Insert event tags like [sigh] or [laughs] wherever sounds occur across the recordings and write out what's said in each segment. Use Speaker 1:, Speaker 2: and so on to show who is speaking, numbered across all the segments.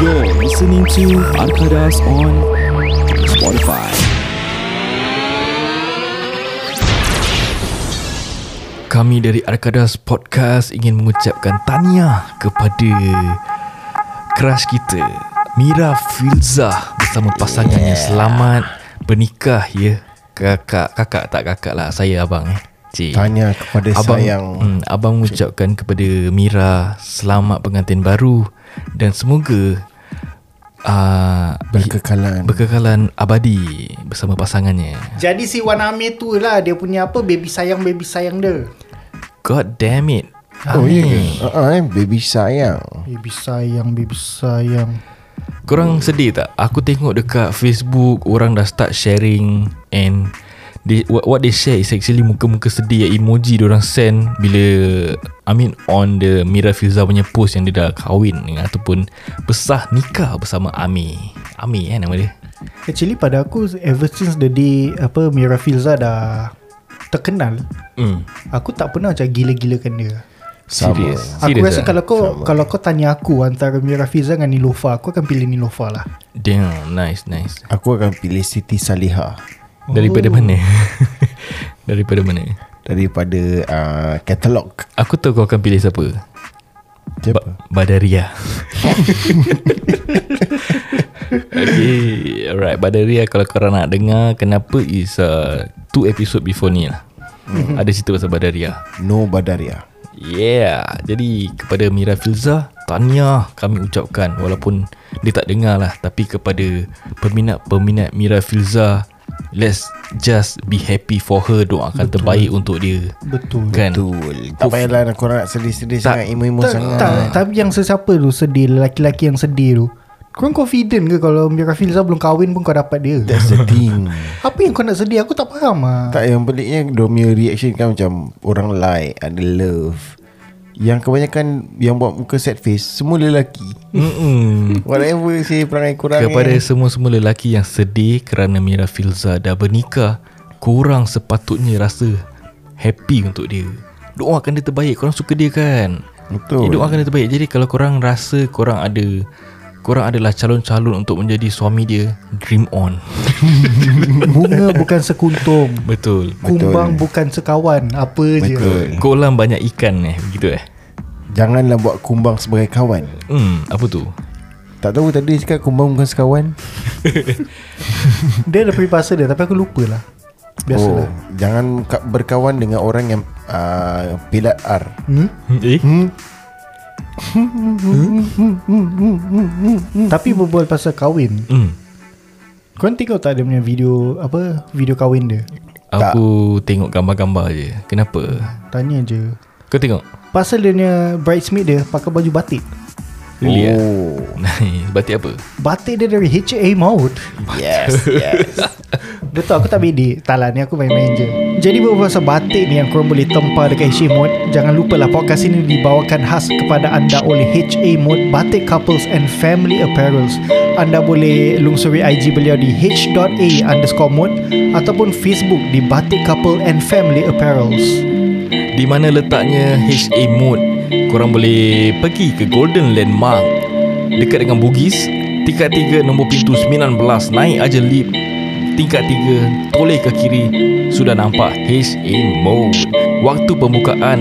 Speaker 1: You're listening to Arkadas on Spotify.
Speaker 2: Kami dari Arkadas Podcast ingin mengucapkan tahniah kepada crush kita Mira Filzah bersama pasangannya yeah. selamat bernikah ya. Kakak, kakak tak kakak lah saya abang eh. Cik.
Speaker 3: Tanya kepada abang,
Speaker 2: Abang,
Speaker 3: sayang
Speaker 2: hmm, abang mengucapkan kepada Mira selamat pengantin baru dan semoga uh,
Speaker 3: berkekalan.
Speaker 2: berkekalan abadi bersama pasangannya.
Speaker 4: Jadi si Wan Amir tu lah Dia punya apa Baby sayang-baby sayang dia
Speaker 2: God damn it.
Speaker 3: oh iya ke?
Speaker 2: Amin.
Speaker 3: Uh-uh, eh, baby sayang.
Speaker 4: Baby sayang Baby sayang
Speaker 2: Korang sedih tak? Aku tengok dekat Facebook orang dah start sharing and they, what, what they share is actually muka-muka sedih yang emoji orang send bila I mean on the Mira Filza punya post yang dia dah kahwin dengan ataupun besar nikah bersama Ami. Ami eh nama dia.
Speaker 4: Actually pada aku Ever since the day Apa Mira Filza dah Terkenal
Speaker 2: Hmm.
Speaker 4: Aku tak pernah macam gila-gilakan dia
Speaker 3: Sama.
Speaker 2: Serius.
Speaker 4: Aku
Speaker 2: Serius
Speaker 4: rasa
Speaker 2: ah?
Speaker 4: kalau kau Kalau kau tanya aku Antara Mira Filza dengan Nilofa Aku akan pilih Nilofa lah
Speaker 2: Damn, nice nice.
Speaker 3: Aku akan pilih Siti Saliha
Speaker 4: Oh.
Speaker 2: Daripada mana? [laughs] Daripada mana?
Speaker 3: daripada uh, katalog.
Speaker 2: Aku tahu kau akan pilih siapa.
Speaker 3: Siapa?
Speaker 2: Badaria. okay, alright. Badaria kalau korang nak dengar, kenapa is uh, two episode before ni lah. Ada cerita pasal Badaria.
Speaker 3: No Badaria.
Speaker 2: Yeah, jadi kepada Mira Filza, tahniah kami ucapkan walaupun dia tak dengar lah. Tapi kepada peminat-peminat Mira Filza, let's just be happy for her. Doakan Betul. terbaik untuk dia.
Speaker 4: Betul
Speaker 2: Kan?
Speaker 3: Betul. Tak payahlah nak korang nak sedih-sedih
Speaker 2: Tak.
Speaker 3: sangat, emo-emo
Speaker 4: tak,
Speaker 3: sangat.
Speaker 4: tak, Tapi yang sesiapa tu Sedih Lelaki-lelaki yang sedih tu Korang confident ke Kalau Mira Filza belum kahwin pun Kau dapat dia
Speaker 3: That's the thing.
Speaker 4: Apa yang kau nak sedih Aku tak faham lah
Speaker 3: tak yang peliknya Domio reaction kan macam orang like, ada love. Yang kebanyakan yang buat muka sad face semua lelaki.
Speaker 2: Mm-mm.
Speaker 3: Whatever sih perangai korang
Speaker 2: Kepada
Speaker 3: eh.
Speaker 2: semua-semua lelaki yang sedih kerana Mira Filza dah bernikah, kurang sepatutnya rasa happy untuk dia. Doakan dia terbaik, korang suka dia kan?
Speaker 3: Betul.
Speaker 2: Eh, doakan dia terbaik. Jadi kalau korang rasa korang ada korang adalah calon-calon untuk menjadi suami dia, dream on. [laughs]
Speaker 4: Bunga bukan sekuntum
Speaker 2: Betul.
Speaker 4: Kumbang bukan sekawan Apa je
Speaker 3: Betul.
Speaker 2: Kolam banyak ikan eh, begitu eh.
Speaker 3: Janganlah buat kumbang sebagai kawan.
Speaker 2: Hmm, apa tu?
Speaker 3: Tak tahu tadi cakap kumbang bukan sekawan.
Speaker 4: Dia ada peribahasa dia Tapi aku lupa lah
Speaker 3: Oh,
Speaker 4: Biasalah
Speaker 3: jangan ka- berkawan dengan orang yang uh, pilat R.
Speaker 4: hmm?
Speaker 2: Eh?
Speaker 4: Tapi berbual pasal kahwin
Speaker 2: Hmm.
Speaker 4: Kau tengok tak dia punya video Apa Video kahwin dia
Speaker 2: Aku tengok gambar-gambar je. Kenapa?
Speaker 4: Tanya je
Speaker 2: Kau tengok?
Speaker 4: Pasal dia punya Bridesmaid dia Pakai baju batik
Speaker 2: Really oh. [laughs]
Speaker 3: Oh,
Speaker 2: Nice. Batik apa?
Speaker 4: Batik dia dari HA Maud [laughs]
Speaker 3: yes, yes.
Speaker 4: Dia tahu aku tak bedek Tak lah ni aku main-main je Jadi berbual pasal batik ni Yang korang boleh tempa dekat HA Mode Jangan lupa lah podcast ini dibawakan khas kepada anda Oleh HA Mode Batik Couples and Family Apparels Anda boleh lungsuri IG beliau di h.a underscore mode Ataupun Facebook di Batik Couple and Family Apparels
Speaker 2: Di mana letaknya HA Mode Korang boleh pergi ke Golden Landmark Dekat dengan Bugis Tingkat 3 nombor pintu 19 Naik aja lift Tingkat 3 Toleh ke kiri Sudah nampak HA Mode Waktu pembukaan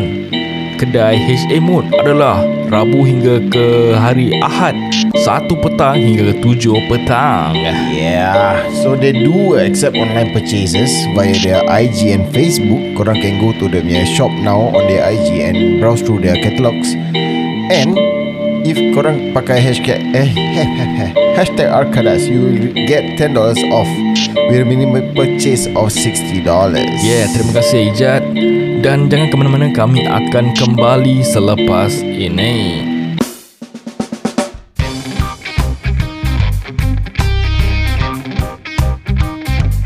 Speaker 2: Kedai HA Mode adalah Rabu hingga ke hari Ahad 1 petang hingga ke 7 petang
Speaker 3: Yeah. So they do accept online purchases via their IG and Facebook. Korang can go to their punya shop now on their IG and browse through their catalogs. And if korang pakai hashtag eh, [laughs] hashtag Arkadas, you will get $10 off with a minimum purchase of $60.
Speaker 2: Yeah, Ya, terima kasih Ijat Dan jangan ke mana-mana kami akan kembali selepas ini
Speaker 3: Hey, hey, hey.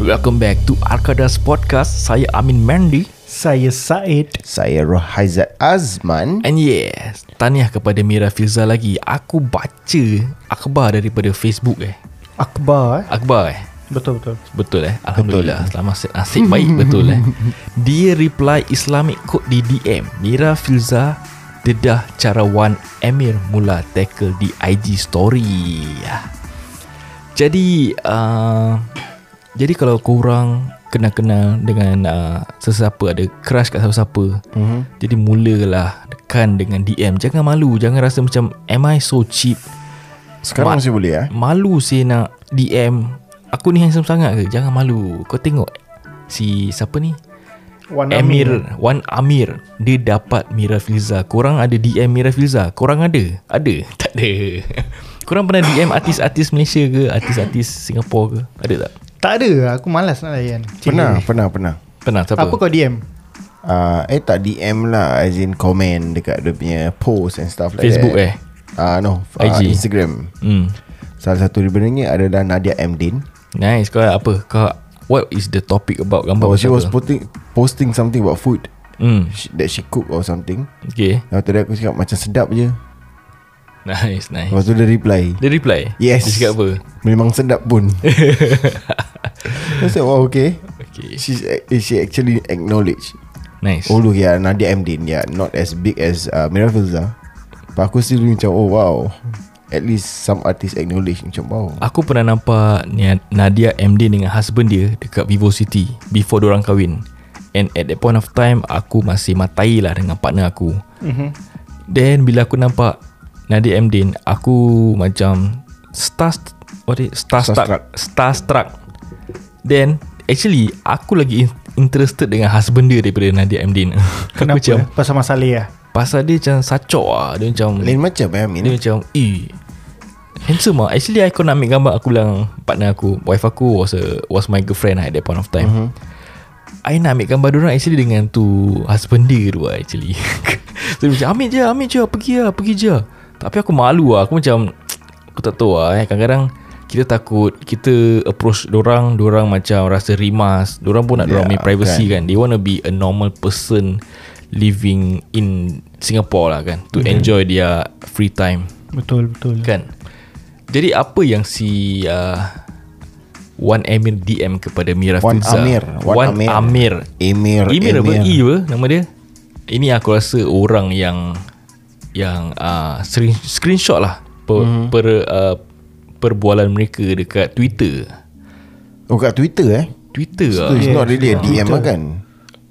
Speaker 2: Welcome back to Arkadas Podcast Saya Amin Mandy
Speaker 4: Saya Said
Speaker 3: Saya Rohaizat Azman
Speaker 2: And yes Tahniah kepada Mira Filza lagi Aku baca Akhbar daripada Facebook eh
Speaker 4: Akbar eh?
Speaker 2: Akhbar eh
Speaker 4: Betul-betul
Speaker 2: Betul eh Alhamdulillah betul. Selama nasib, nasib baik [laughs] betul eh Dia reply Islamic Code di DM Mira Filza Dedah carawan Emir mula tackle di IG story Ah. Jadi uh, Jadi kalau korang Kenal-kenal dengan uh, Sesiapa ada crush kat siapa-siapa mm-hmm. Jadi mulalah Dekan dengan DM Jangan malu Jangan rasa macam Am I so cheap Mat.
Speaker 3: Sekarang masih boleh eh
Speaker 2: Malu sih nak DM Aku ni handsome sangat ke Jangan malu Kau tengok Si siapa ni
Speaker 4: Wan
Speaker 2: Amir Wan Amir Dia dapat Mira Filza Korang ada DM Mira Filza Korang ada? Ada? [laughs] Tak ada Korang pernah DM artis-artis Malaysia ke Artis-artis Singapura ke Ada tak?
Speaker 4: Tak ada Aku malas nak layan
Speaker 3: Pernah Pernah Pernah
Speaker 2: Pernah siapa?
Speaker 4: Apa, Apa kau DM?
Speaker 3: uh, Eh tak DM lah As in comment Dekat dia punya post And stuff like
Speaker 2: Facebook
Speaker 3: that
Speaker 2: eh?
Speaker 3: uh, No uh,
Speaker 2: IG.
Speaker 3: Instagram
Speaker 2: hmm.
Speaker 3: Salah satu daripadanya adalah Nadia Amdin
Speaker 2: Nice Kau apa? Kau What is the topic about Gambar
Speaker 3: Oh,
Speaker 2: pasal
Speaker 3: she was
Speaker 2: apa?
Speaker 3: posting posting something about food
Speaker 2: hmm.
Speaker 3: she, that she cook or something.
Speaker 2: Okay [laughs]
Speaker 3: Lepas tu dia aku cakap macam sedap je.
Speaker 2: Nice nice
Speaker 3: Lepas tu dia reply.
Speaker 2: Dia reply?
Speaker 3: Yes.
Speaker 2: Dia cakap apa?
Speaker 3: Memang sedap [laughs] pun. I said, wow, okay.
Speaker 2: Okay
Speaker 3: She's, she actually acknowledge.
Speaker 2: Nice
Speaker 3: Although Oh, yeah, Nadia Amdin, yeah, not as big as uh, Mira Filza. But aku still macam, oh wow. At least some artists acknowledge macam, wow.
Speaker 2: Aku pernah nampak Nia- Nadia MD dengan husband dia dekat Vivo City before orang kahwin. And at that point of time aku masih matai lah dengan partner aku. Mm-hmm. Then bila aku nampak Nadia MD, aku macam star what is it?
Speaker 3: Starstruck.
Speaker 2: starstruck starstruck. Then actually aku lagi in- interested dengan husband dia daripada Nadia MD. [laughs] aku
Speaker 4: Kenapa?
Speaker 2: macam
Speaker 4: Pasal masalah ya?
Speaker 2: pasal dia macam sacok ah. Dia macam
Speaker 3: Lain macam eh, Amin.
Speaker 2: dia macam Eh Handsome lah Actually aku nak ambil gambar Aku bilang partner aku Wife aku was, a, was my girlfriend lah At that point of time mm-hmm. I nak ambil gambar diorang Actually dengan tu Husband dia tu lah actually [laughs] So dia macam Ambil je Ambil je Pergi lah Pergi je Tapi aku malu lah Aku macam Aku tak tahu lah eh. Kadang-kadang kita takut Kita approach dorang Dorang macam rasa rimas Dorang pun nak dorang
Speaker 3: Yeah,
Speaker 2: punya privacy kan They want to be a normal person Living in Singapore lah kan To enjoy their free time
Speaker 4: Betul betul.
Speaker 2: Kan Jadi apa yang si uh, Wan Amir DM kepada Mira
Speaker 3: Wan
Speaker 2: Filza
Speaker 3: Amir, Wan
Speaker 2: Wan
Speaker 3: Amir.
Speaker 2: Amir
Speaker 3: Emir,
Speaker 2: Amir apa? E apa nama dia Ini aku rasa orang yang Yang uh, screen, Screenshot lah Per, mm. per uh, Perbualan mereka dekat Twitter
Speaker 3: Oh, kat Twitter eh.
Speaker 2: Twitter
Speaker 3: So,
Speaker 2: lah
Speaker 3: it's not really a DM lah kan.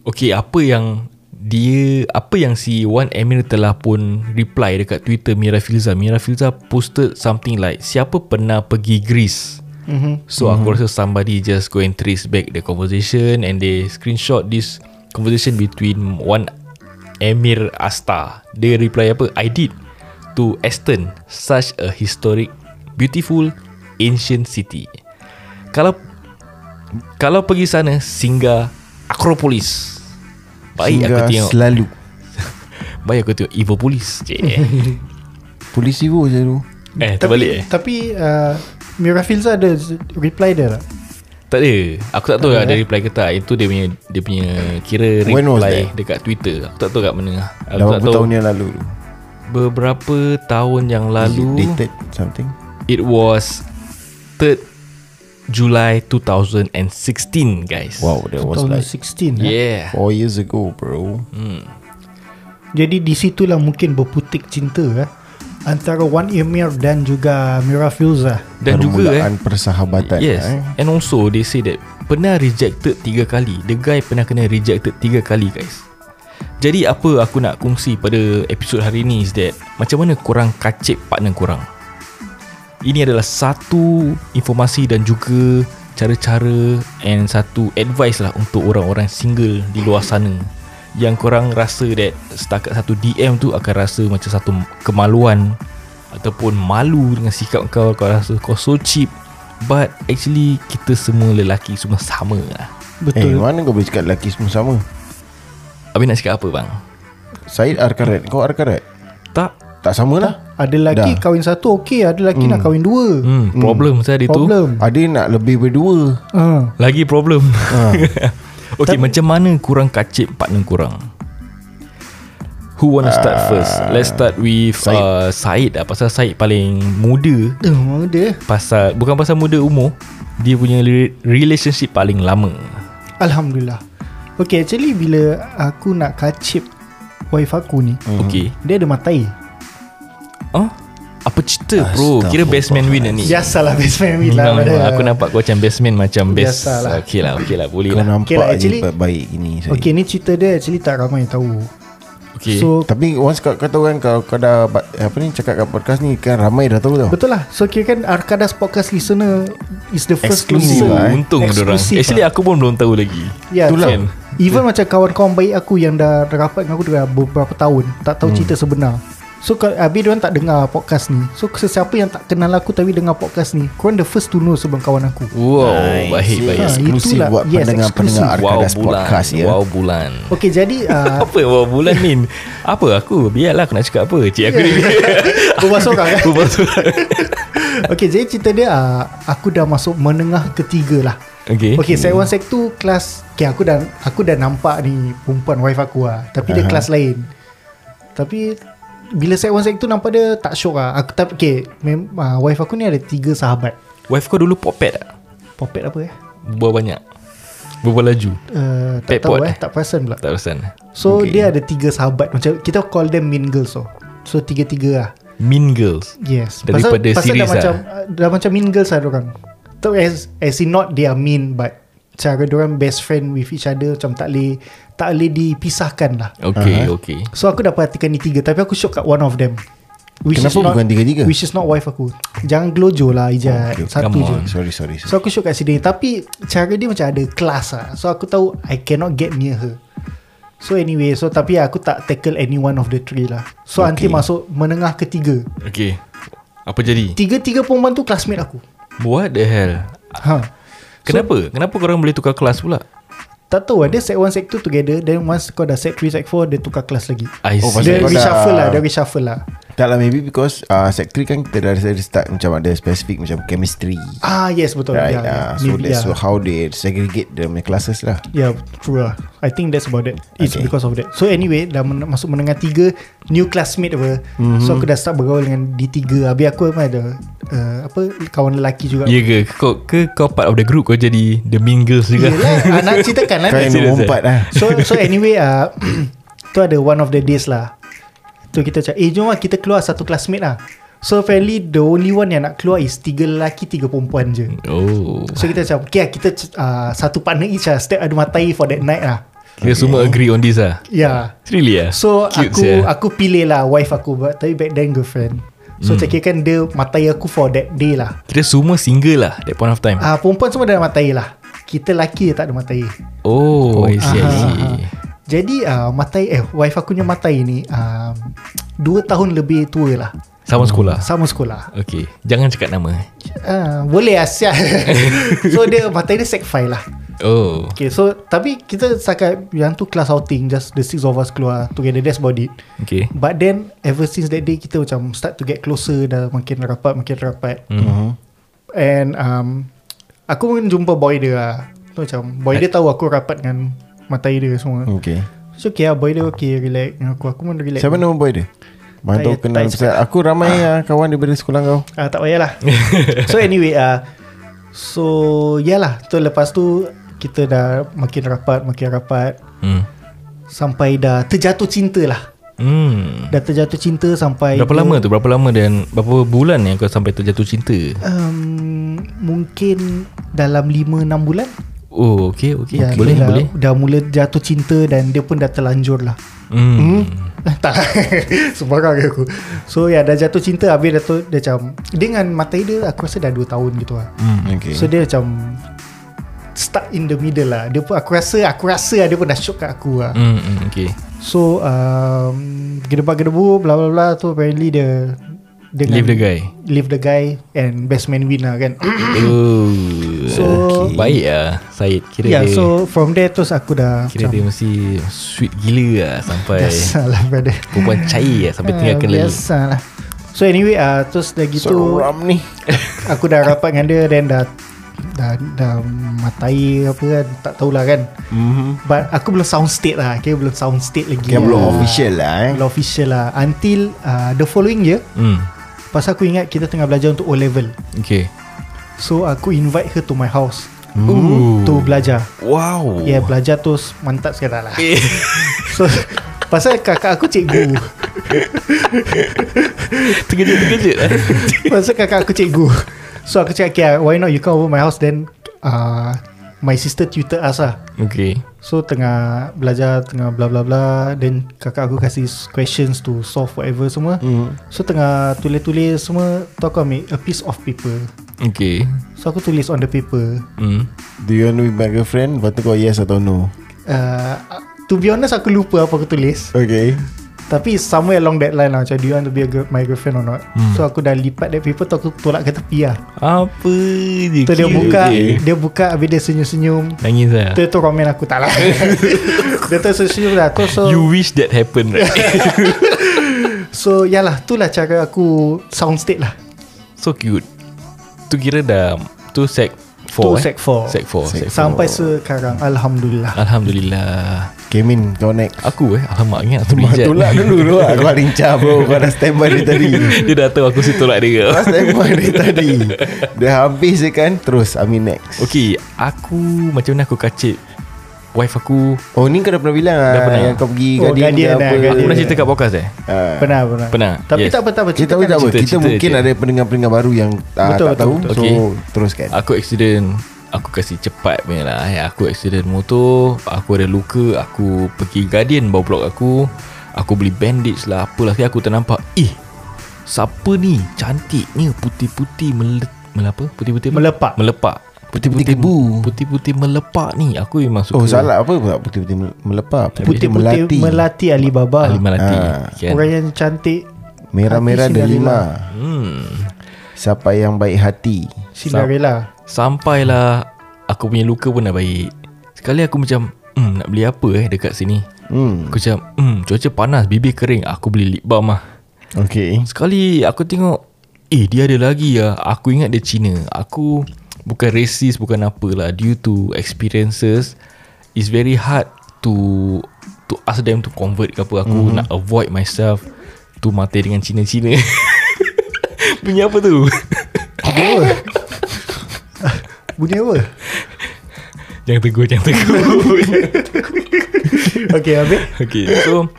Speaker 2: Okay apa yang dia apa yang si Wan Amir telah pun reply dekat Twitter Mira Filza Mira Filza posted something like siapa pernah pergi Greece mm-hmm. so aku rasa somebody just go and trace back the conversation and they screenshot this conversation between Wan Amir Asta dia reply apa I did to Aston such a historic beautiful ancient city kalau kalau pergi sana Singgah Akropolis Baik aku
Speaker 3: Singgah
Speaker 2: tengok
Speaker 3: selalu.
Speaker 2: Baik aku tengok [laughs] Evopolis Cik.
Speaker 3: Polisi pun macam tu.
Speaker 2: Eh terbalik eh
Speaker 4: Tapi uh, Mira Filza ada z- reply dia tak?
Speaker 2: Tak ada Aku tak tahu lah Dia reply ke tak Itu dia punya Dia punya Kira
Speaker 3: When was
Speaker 2: reply
Speaker 3: that?
Speaker 2: Dekat Twitter Aku tak tahu kat mana lah. Aku
Speaker 3: Dah
Speaker 2: tak
Speaker 3: berapa
Speaker 2: tahu
Speaker 3: tahun yang lalu tu?
Speaker 2: Beberapa tahun yang
Speaker 3: Is it
Speaker 2: lalu
Speaker 3: Dated something
Speaker 2: It was 3rd July 2016 guys
Speaker 3: Wow that was
Speaker 4: Tahun
Speaker 3: like
Speaker 4: 16 eh?
Speaker 2: Yeah
Speaker 3: 4 years ago bro
Speaker 4: Jadi di situlah mungkin berputik cinta eh? Antara Wan Emir dan juga Mira Filza
Speaker 2: Dan juga eh
Speaker 3: Permulaan persahabatan
Speaker 2: Yes
Speaker 3: eh.
Speaker 2: And also they say that Pernah rejected tiga kali The guy pernah kena rejected tiga kali guys Jadi apa aku nak kongsi pada episod hari ni Is that Macam mana korang kacip partner korang Ini adalah satu informasi dan juga Cara-cara And satu advice lah Untuk orang-orang single di luar sana Yang korang rasa that Setakat satu DM tu akan rasa macam satu kemaluan Ataupun malu dengan sikap kau Kau rasa kau so cheap But actually kita semua lelaki semua sama lah
Speaker 3: Eh
Speaker 4: Betul
Speaker 3: mana kau boleh cakap lelaki semua sama
Speaker 2: Habis nak cakap apa bang?
Speaker 3: Syed Arkarat Kau Arkarat
Speaker 2: Tak
Speaker 3: Tak sama lah
Speaker 4: Ada lelaki
Speaker 3: Dah.
Speaker 4: kahwin satu okey Ada lelaki nak kahwin dua
Speaker 2: hmm,
Speaker 3: Hmm.
Speaker 2: Problem saya dia tu
Speaker 4: Problem
Speaker 2: Ah.
Speaker 3: Ada yang nak lebih berdua
Speaker 4: uh,
Speaker 2: [laughs] Lagi problem
Speaker 3: ha.
Speaker 2: Okay macam mana kurang kacip partner kurang Who wanna start uh, first Let's start with Said, uh, Said lah Pasal Said paling muda
Speaker 4: Duh, mana dia?
Speaker 2: Pasal Bukan pasal muda umur Dia punya re- relationship paling lama
Speaker 4: Alhamdulillah. Okay, actually bila aku nak kacip wife aku ni,
Speaker 2: hmm. Okay
Speaker 4: dia ada matai.
Speaker 2: huh? Apa cerita bro Kira best man win lah ni
Speaker 4: Biasalah best friend with lah.
Speaker 2: Memang,
Speaker 4: pada-
Speaker 2: Aku nampak kau macam best man Macam best
Speaker 4: Biasalah.
Speaker 2: Okay lah okay lah Boleh
Speaker 3: Kau
Speaker 2: lah
Speaker 3: nampak
Speaker 4: Okay
Speaker 3: okay,
Speaker 4: lah, actually-
Speaker 3: actually, baik gini Syed.
Speaker 4: Okay, ni cerita dia actually tak ramai yang tahu.
Speaker 2: Okay
Speaker 4: So,
Speaker 3: Tapi once kau, kau tahu kan kau, kau dah ba- apa ni cakap kat podcast ni kan ramai dah tahu tau.
Speaker 4: betul lah. So, kira kan Arkadas Podcast Listener is the first
Speaker 3: Exclusive
Speaker 4: listener.
Speaker 3: lah, eh.
Speaker 2: Untung orang.
Speaker 4: Eksklusif
Speaker 2: Actually
Speaker 4: lah.
Speaker 2: aku pun belum tahu lagi Kan?
Speaker 4: Ya,
Speaker 3: Itulah.
Speaker 4: so, Even macam kawan-kawan baik aku yang dah rapat dengan aku dah beberapa tahun Tak tahu hmm. cerita sebenar So kalau- habis diorang tak dengar podcast ni So sesiapa yang tak kenal aku tapi dengar podcast ni Korang the first to know sebelum kawan aku
Speaker 2: Wow Baik baik
Speaker 4: Ah,
Speaker 3: Eksklusif
Speaker 4: itulah.
Speaker 3: buat
Speaker 4: Yes,
Speaker 3: pendengar-pendengar
Speaker 4: eksklusif.
Speaker 2: Wow
Speaker 3: Arkadas
Speaker 2: bulan
Speaker 3: Ah, Podcast ya.
Speaker 2: Wow bulan
Speaker 4: Okay jadi
Speaker 2: [laughs]
Speaker 4: uh,
Speaker 2: Apa wow bulan ni Apa aku Biarlah aku nak cakap apa Cik aku ni [laughs]
Speaker 4: Berubah seorang kan
Speaker 2: Berubah seorang.
Speaker 4: Okay jadi cerita dia uh, Aku dah masuk menengah ketiga lah
Speaker 2: Okay
Speaker 4: Okay set 1 set 2 kelas Okay aku dah Aku dah nampak ni Perempuan wife aku lah Tapi dia kelas lain Tapi Bila set 1 set 2 nampak dia Tak syok lah aku, tak, Okay mem, uh, Wife aku ni ada tiga sahabat
Speaker 2: Wife kau dulu popet tak
Speaker 4: Popet apa eh
Speaker 2: Buah banyak Buah laju
Speaker 4: uh, Tak
Speaker 2: Pet
Speaker 4: tahu
Speaker 2: pot,
Speaker 4: eh
Speaker 2: eh?
Speaker 4: Tak perasan pula
Speaker 2: Tak perasan
Speaker 3: Okay.
Speaker 4: So okay. dia ada tiga sahabat Macam kita call them mean girls so. So tiga-tiga lah
Speaker 2: Mean Girls
Speaker 4: Yes
Speaker 2: Daripada
Speaker 4: pasal
Speaker 2: series
Speaker 4: dah
Speaker 2: lah.
Speaker 4: macam Dah macam mean girls lah diorang So as, as in not they are mean But Cara diorang best friend with each other Macam tak boleh Tak boleh dipisahkan lah
Speaker 2: Okay uh-huh. okay
Speaker 4: So aku dah perhatikan ni tiga Tapi aku shock kat one of them Which
Speaker 3: Kenapa
Speaker 4: is not,
Speaker 3: bukan tiga-tiga?
Speaker 4: Which is not wife aku Jangan gelojo lah Ijat
Speaker 3: Okay,
Speaker 4: okay, Satu
Speaker 2: Oh, come
Speaker 4: je
Speaker 2: on.
Speaker 3: Sorry sorry. sorry.
Speaker 4: So aku shock kat sini Tapi cara dia macam ada kelas lah So aku tahu I cannot get near her So anyway So tapi aku tak tackle any one of the three lah So okay. nanti masuk menengah ketiga
Speaker 2: Okay Apa jadi
Speaker 4: Tiga-tiga perempuan tu classmate aku
Speaker 2: What the hell
Speaker 4: ha.
Speaker 2: Kenapa so, Kenapa korang boleh tukar kelas pula
Speaker 4: Tak tahu lah, ada set 1 set 2 together Then once kau dah set 3 set 4 Dia tukar kelas lagi
Speaker 2: I
Speaker 3: Oh,
Speaker 2: oh,
Speaker 3: pasal
Speaker 2: see
Speaker 4: Dia
Speaker 3: kau dah-
Speaker 4: reshuffle lah Dia reshuffle lah
Speaker 3: tak lah maybe because uh, Sector kan kita dah dari start macam ada specific macam chemistry.
Speaker 4: Ah yes betul
Speaker 3: Right.
Speaker 4: Ya, ya.
Speaker 3: Yeah, so
Speaker 4: Maybe,
Speaker 3: that's
Speaker 4: ya.
Speaker 3: how they segregate the punya classes lah.
Speaker 4: Yeah, true lah. I think that's about it.
Speaker 3: Okay.
Speaker 4: It's okay. because of that. So anyway, dah men- masuk menengah tiga, new classmate apa. Mm-hmm.
Speaker 3: Mhm.
Speaker 4: So aku dah start bergaul dengan D3. Habis aku memang ada uh, apa kawan lelaki juga.
Speaker 2: Ya ke kau, ke kau part of the group Kau jadi The Mean Girls juga
Speaker 4: Yelah, ah, nak ceritakan lah.
Speaker 3: Kau yang
Speaker 2: serious,
Speaker 3: nombor empat lah.
Speaker 4: So so anyway, uh, [clears throat] tu ada one of the days lah. Tu kita cakap, eh jom lah kita keluar satu classmate lah. So apparently the only one yang nak keluar is tiga lelaki, tiga perempuan je.
Speaker 2: [laughs] Oh
Speaker 4: So kita macam, okay lah, kita uh, satu partner each lah. Step adu matai for that night lah.
Speaker 2: Kita semua agree on this lah
Speaker 4: Yeah.
Speaker 2: Really lah
Speaker 4: So
Speaker 2: Cute
Speaker 4: aku
Speaker 2: sia.
Speaker 4: aku pilih lah wife aku but, tapi back then girlfriend. So mm. cakap kan dia matai aku for that day lah.
Speaker 2: Kira semua single lah That point of time
Speaker 4: Ah uh, perempuan semua dah matai lah. Kita lelaki je tak ada matai.
Speaker 2: Oh I see I see
Speaker 4: Ah, ah. Jadi uh, matai eh wife aku punya matai ni um, dua tahun lebih tua lah.
Speaker 2: Sama sekolah
Speaker 4: Sama sekolah.
Speaker 2: Okay Jangan cakap nama
Speaker 4: Uh, boleh lah siap. [laughs] so dia matai dia sec 5 lah.
Speaker 2: Oh
Speaker 4: Okay so tapi kita setakat yang tu class outing just the six of us keluar together that's about it.
Speaker 2: Okay
Speaker 4: But then ever since that day kita macam start to get closer dah makin rapat makin rapat.
Speaker 2: mm.
Speaker 4: And um, aku pun jumpa boy dia lah. Tu macam boy dia tahu aku rapat dengan matai dia semua.
Speaker 3: Okay.
Speaker 4: So okay lah boy dia okay relax dengan aku. Aku pun relax.
Speaker 3: Siapa nama boy dia? Mana
Speaker 4: Tak
Speaker 3: tahu
Speaker 4: payah-
Speaker 3: kenal
Speaker 4: tak payah
Speaker 3: pasal aku ramai ah. kawan daripada sekolah kau.
Speaker 4: Ah, tak payahlah. so anyway ah so yalah tu lepas tu kita dah makin rapat makin rapat
Speaker 2: Mm.
Speaker 4: sampai dah terjatuh cinta lah.
Speaker 2: Mm.
Speaker 4: Dah terjatuh cinta sampai
Speaker 2: Berapa
Speaker 4: dia-
Speaker 2: lama tu? Berapa lama dan berapa bulan yang kau sampai terjatuh cinta?
Speaker 4: Um, mungkin dalam 5-6 bulan
Speaker 2: Oh, okay, okay.
Speaker 4: Ya,
Speaker 2: boleh,
Speaker 4: dia dah,
Speaker 2: boleh.
Speaker 4: Dah mula jatuh cinta dan dia pun dah terlanjur lah.
Speaker 2: Hmm.
Speaker 4: [laughs] tak lah. Sembarang ke aku So ya dah jatuh cinta Habis dah tu Dia macam Dia dengan matai dia Aku rasa dah 2 tahun gitu lah
Speaker 3: Okay.
Speaker 4: okay. So dia macam Stuck in the middle lah Dia pun aku rasa Aku rasa lah dia pun dah shock kat aku lah
Speaker 2: Hmm, hmm, okay.
Speaker 4: So um, Gedebak-gedebu Bla bla bla tu Apparently dia dengan,
Speaker 2: Leave the
Speaker 4: [coughs]
Speaker 2: guy.
Speaker 4: Leave the guy And best man win lah kan [coughs]
Speaker 2: Oh.
Speaker 4: So
Speaker 2: Okay. Baik lah Syed Kira
Speaker 4: Ya yeah,
Speaker 2: dia
Speaker 4: so From there terus aku dah
Speaker 2: Kira
Speaker 4: [laughs] macam,
Speaker 2: dia mesti Sweet gila lah Sampai
Speaker 4: Biasalah
Speaker 2: [laughs]
Speaker 4: brother
Speaker 2: Perempuan cair lah Sampai tinggalkan
Speaker 4: Ah,
Speaker 2: lelaki
Speaker 4: Biasalah So anyway uh, Terus dah gitu
Speaker 3: Seram ni.
Speaker 4: Aku dah rapat dengan dia Then dah dah, dah matai apa kan tak tahulah kan
Speaker 3: mm-hmm.
Speaker 4: but aku belum sound state lah okay, belum sound state lagi
Speaker 3: Kan
Speaker 4: Ah,
Speaker 3: belum official lah eh
Speaker 4: belum official lah until uh, the following year
Speaker 2: Hmm.
Speaker 4: pasal aku ingat kita tengah belajar untuk O level
Speaker 2: Okay.
Speaker 4: so aku invite her to my house
Speaker 2: Ooh.
Speaker 4: to belajar
Speaker 2: Wow.
Speaker 4: Ya yeah, belajar terus mantap sekali lah [laughs] So Pasal kakak aku cikgu
Speaker 2: Terkejut-terkejut eh.
Speaker 4: Pasal kakak aku cikgu So aku cakap okay, Why not you come over my house Then uh, My sister tutor us lah
Speaker 2: [laughs] Okay.
Speaker 4: So tengah belajar Tengah bla bla bla Then kakak aku kasih questions To solve whatever semua mm. So tengah tulis-tulis semua Tu aku ambil A piece of paper
Speaker 2: Okay.
Speaker 4: So aku tulis on the paper
Speaker 2: Hmm.
Speaker 3: Do you want to be my girlfriend? Lepas tu kau yes atau no
Speaker 4: uh, To be honest aku lupa apa aku tulis
Speaker 3: Okay
Speaker 4: Tapi somewhere along that line lah Macam do you want to be a girl, my girlfriend or not hmm. So aku dah lipat that paper tu Aku tolak ke tepi lah
Speaker 2: Apa je
Speaker 4: Tu
Speaker 2: kira
Speaker 4: dia buka
Speaker 2: je.
Speaker 4: Dia buka Habis dia senyum-senyum
Speaker 2: Nangis lah
Speaker 4: Tu tu komen aku tak lah Dia tu senyum lah tu, So
Speaker 2: You wish that happen
Speaker 4: [laughs]
Speaker 2: right? Eh,
Speaker 4: So yalah Tu lah cara aku Soundstate lah
Speaker 2: So cute Tu kira dah Tu sec 4
Speaker 4: Tu
Speaker 2: eh?
Speaker 4: sec four.
Speaker 2: Sec 4 sec
Speaker 4: Sampai sekarang Alhamdulillah
Speaker 2: Alhamdulillah
Speaker 3: Okay Min kau next
Speaker 2: Aku eh Alamak ingat aku
Speaker 3: Mak
Speaker 2: reject
Speaker 3: tolak [laughs] dulu tu lah Kau lincah bro Kau dah standby dari tadi
Speaker 2: [laughs] Dia dah tahu aku si tolak dia
Speaker 3: [laughs] Kau standby dari tadi Dah habis je kan Terus Amin next
Speaker 2: Okay Aku Macam mana aku kacip Wife aku
Speaker 3: Oh ni kau dah pernah bilang
Speaker 2: Dah
Speaker 3: lah
Speaker 2: pernah.
Speaker 3: Yang kau pergi Guardian
Speaker 4: Oh,
Speaker 3: ke
Speaker 4: Guardian lah,
Speaker 2: Aku
Speaker 4: Guardian.
Speaker 2: pernah cerita kat podcast eh
Speaker 3: Ah.
Speaker 4: Pernah Pernah,
Speaker 2: Pernah,
Speaker 4: Tapi
Speaker 2: yes.
Speaker 4: tak apa tak apa
Speaker 3: Kita tahu tak
Speaker 4: ceritakan
Speaker 3: apa
Speaker 2: cerita,
Speaker 3: Kita
Speaker 2: cerita
Speaker 3: mungkin
Speaker 2: je.
Speaker 3: ada pendengar-pendengar baru Yang ah,
Speaker 4: Betul,
Speaker 3: tak
Speaker 4: betul,
Speaker 3: tahu
Speaker 4: betul.
Speaker 3: So
Speaker 2: Okay.
Speaker 3: teruskan
Speaker 2: Aku accident Aku kasih cepat punya lah eh. Aku accident motor Aku ada luka Aku pergi Guardian Bawa blok aku Aku beli bandage lah Apalah Akhirnya aku ternampak Eh Siapa ni Cantiknya Putih-putih mele, mele apa? Putih-putih apa?
Speaker 4: Melepak.
Speaker 2: Melepak
Speaker 3: Putih-putih kebu.
Speaker 2: Putih-putih melepak ni Aku memang suka
Speaker 3: Oh salah apa pula Putih-putih mele- melepak
Speaker 4: Putih-putih melati. melati Alibaba
Speaker 2: Ali Melati
Speaker 3: Ah.
Speaker 2: kan?
Speaker 4: Orang yang cantik
Speaker 3: Merah-merah
Speaker 4: Hati
Speaker 3: delima
Speaker 2: hmm.
Speaker 3: Siapa yang baik hati
Speaker 4: Cinderella
Speaker 2: Sampailah Aku punya luka pun dah baik Sekali aku macam hmm, Nak beli apa eh Dekat sini
Speaker 3: Hmm
Speaker 2: Aku macam hmm, Cuaca panas Bibir kering Aku beli lip balm lah
Speaker 3: Okay
Speaker 2: Sekali aku tengok Eh dia ada lagi lah Aku ingat dia Cina Aku Bukan racist Bukan apa lah Due to experiences It's very hard To To ask them to convert ke apa Aku mm. nak avoid myself To mati dengan Cina-Cina [laughs] Bunyi apa tu [laughs]
Speaker 4: Bunyi apa?
Speaker 2: Jangan tegur Jangan tegur
Speaker 4: Okay habis
Speaker 2: [laughs] Okay so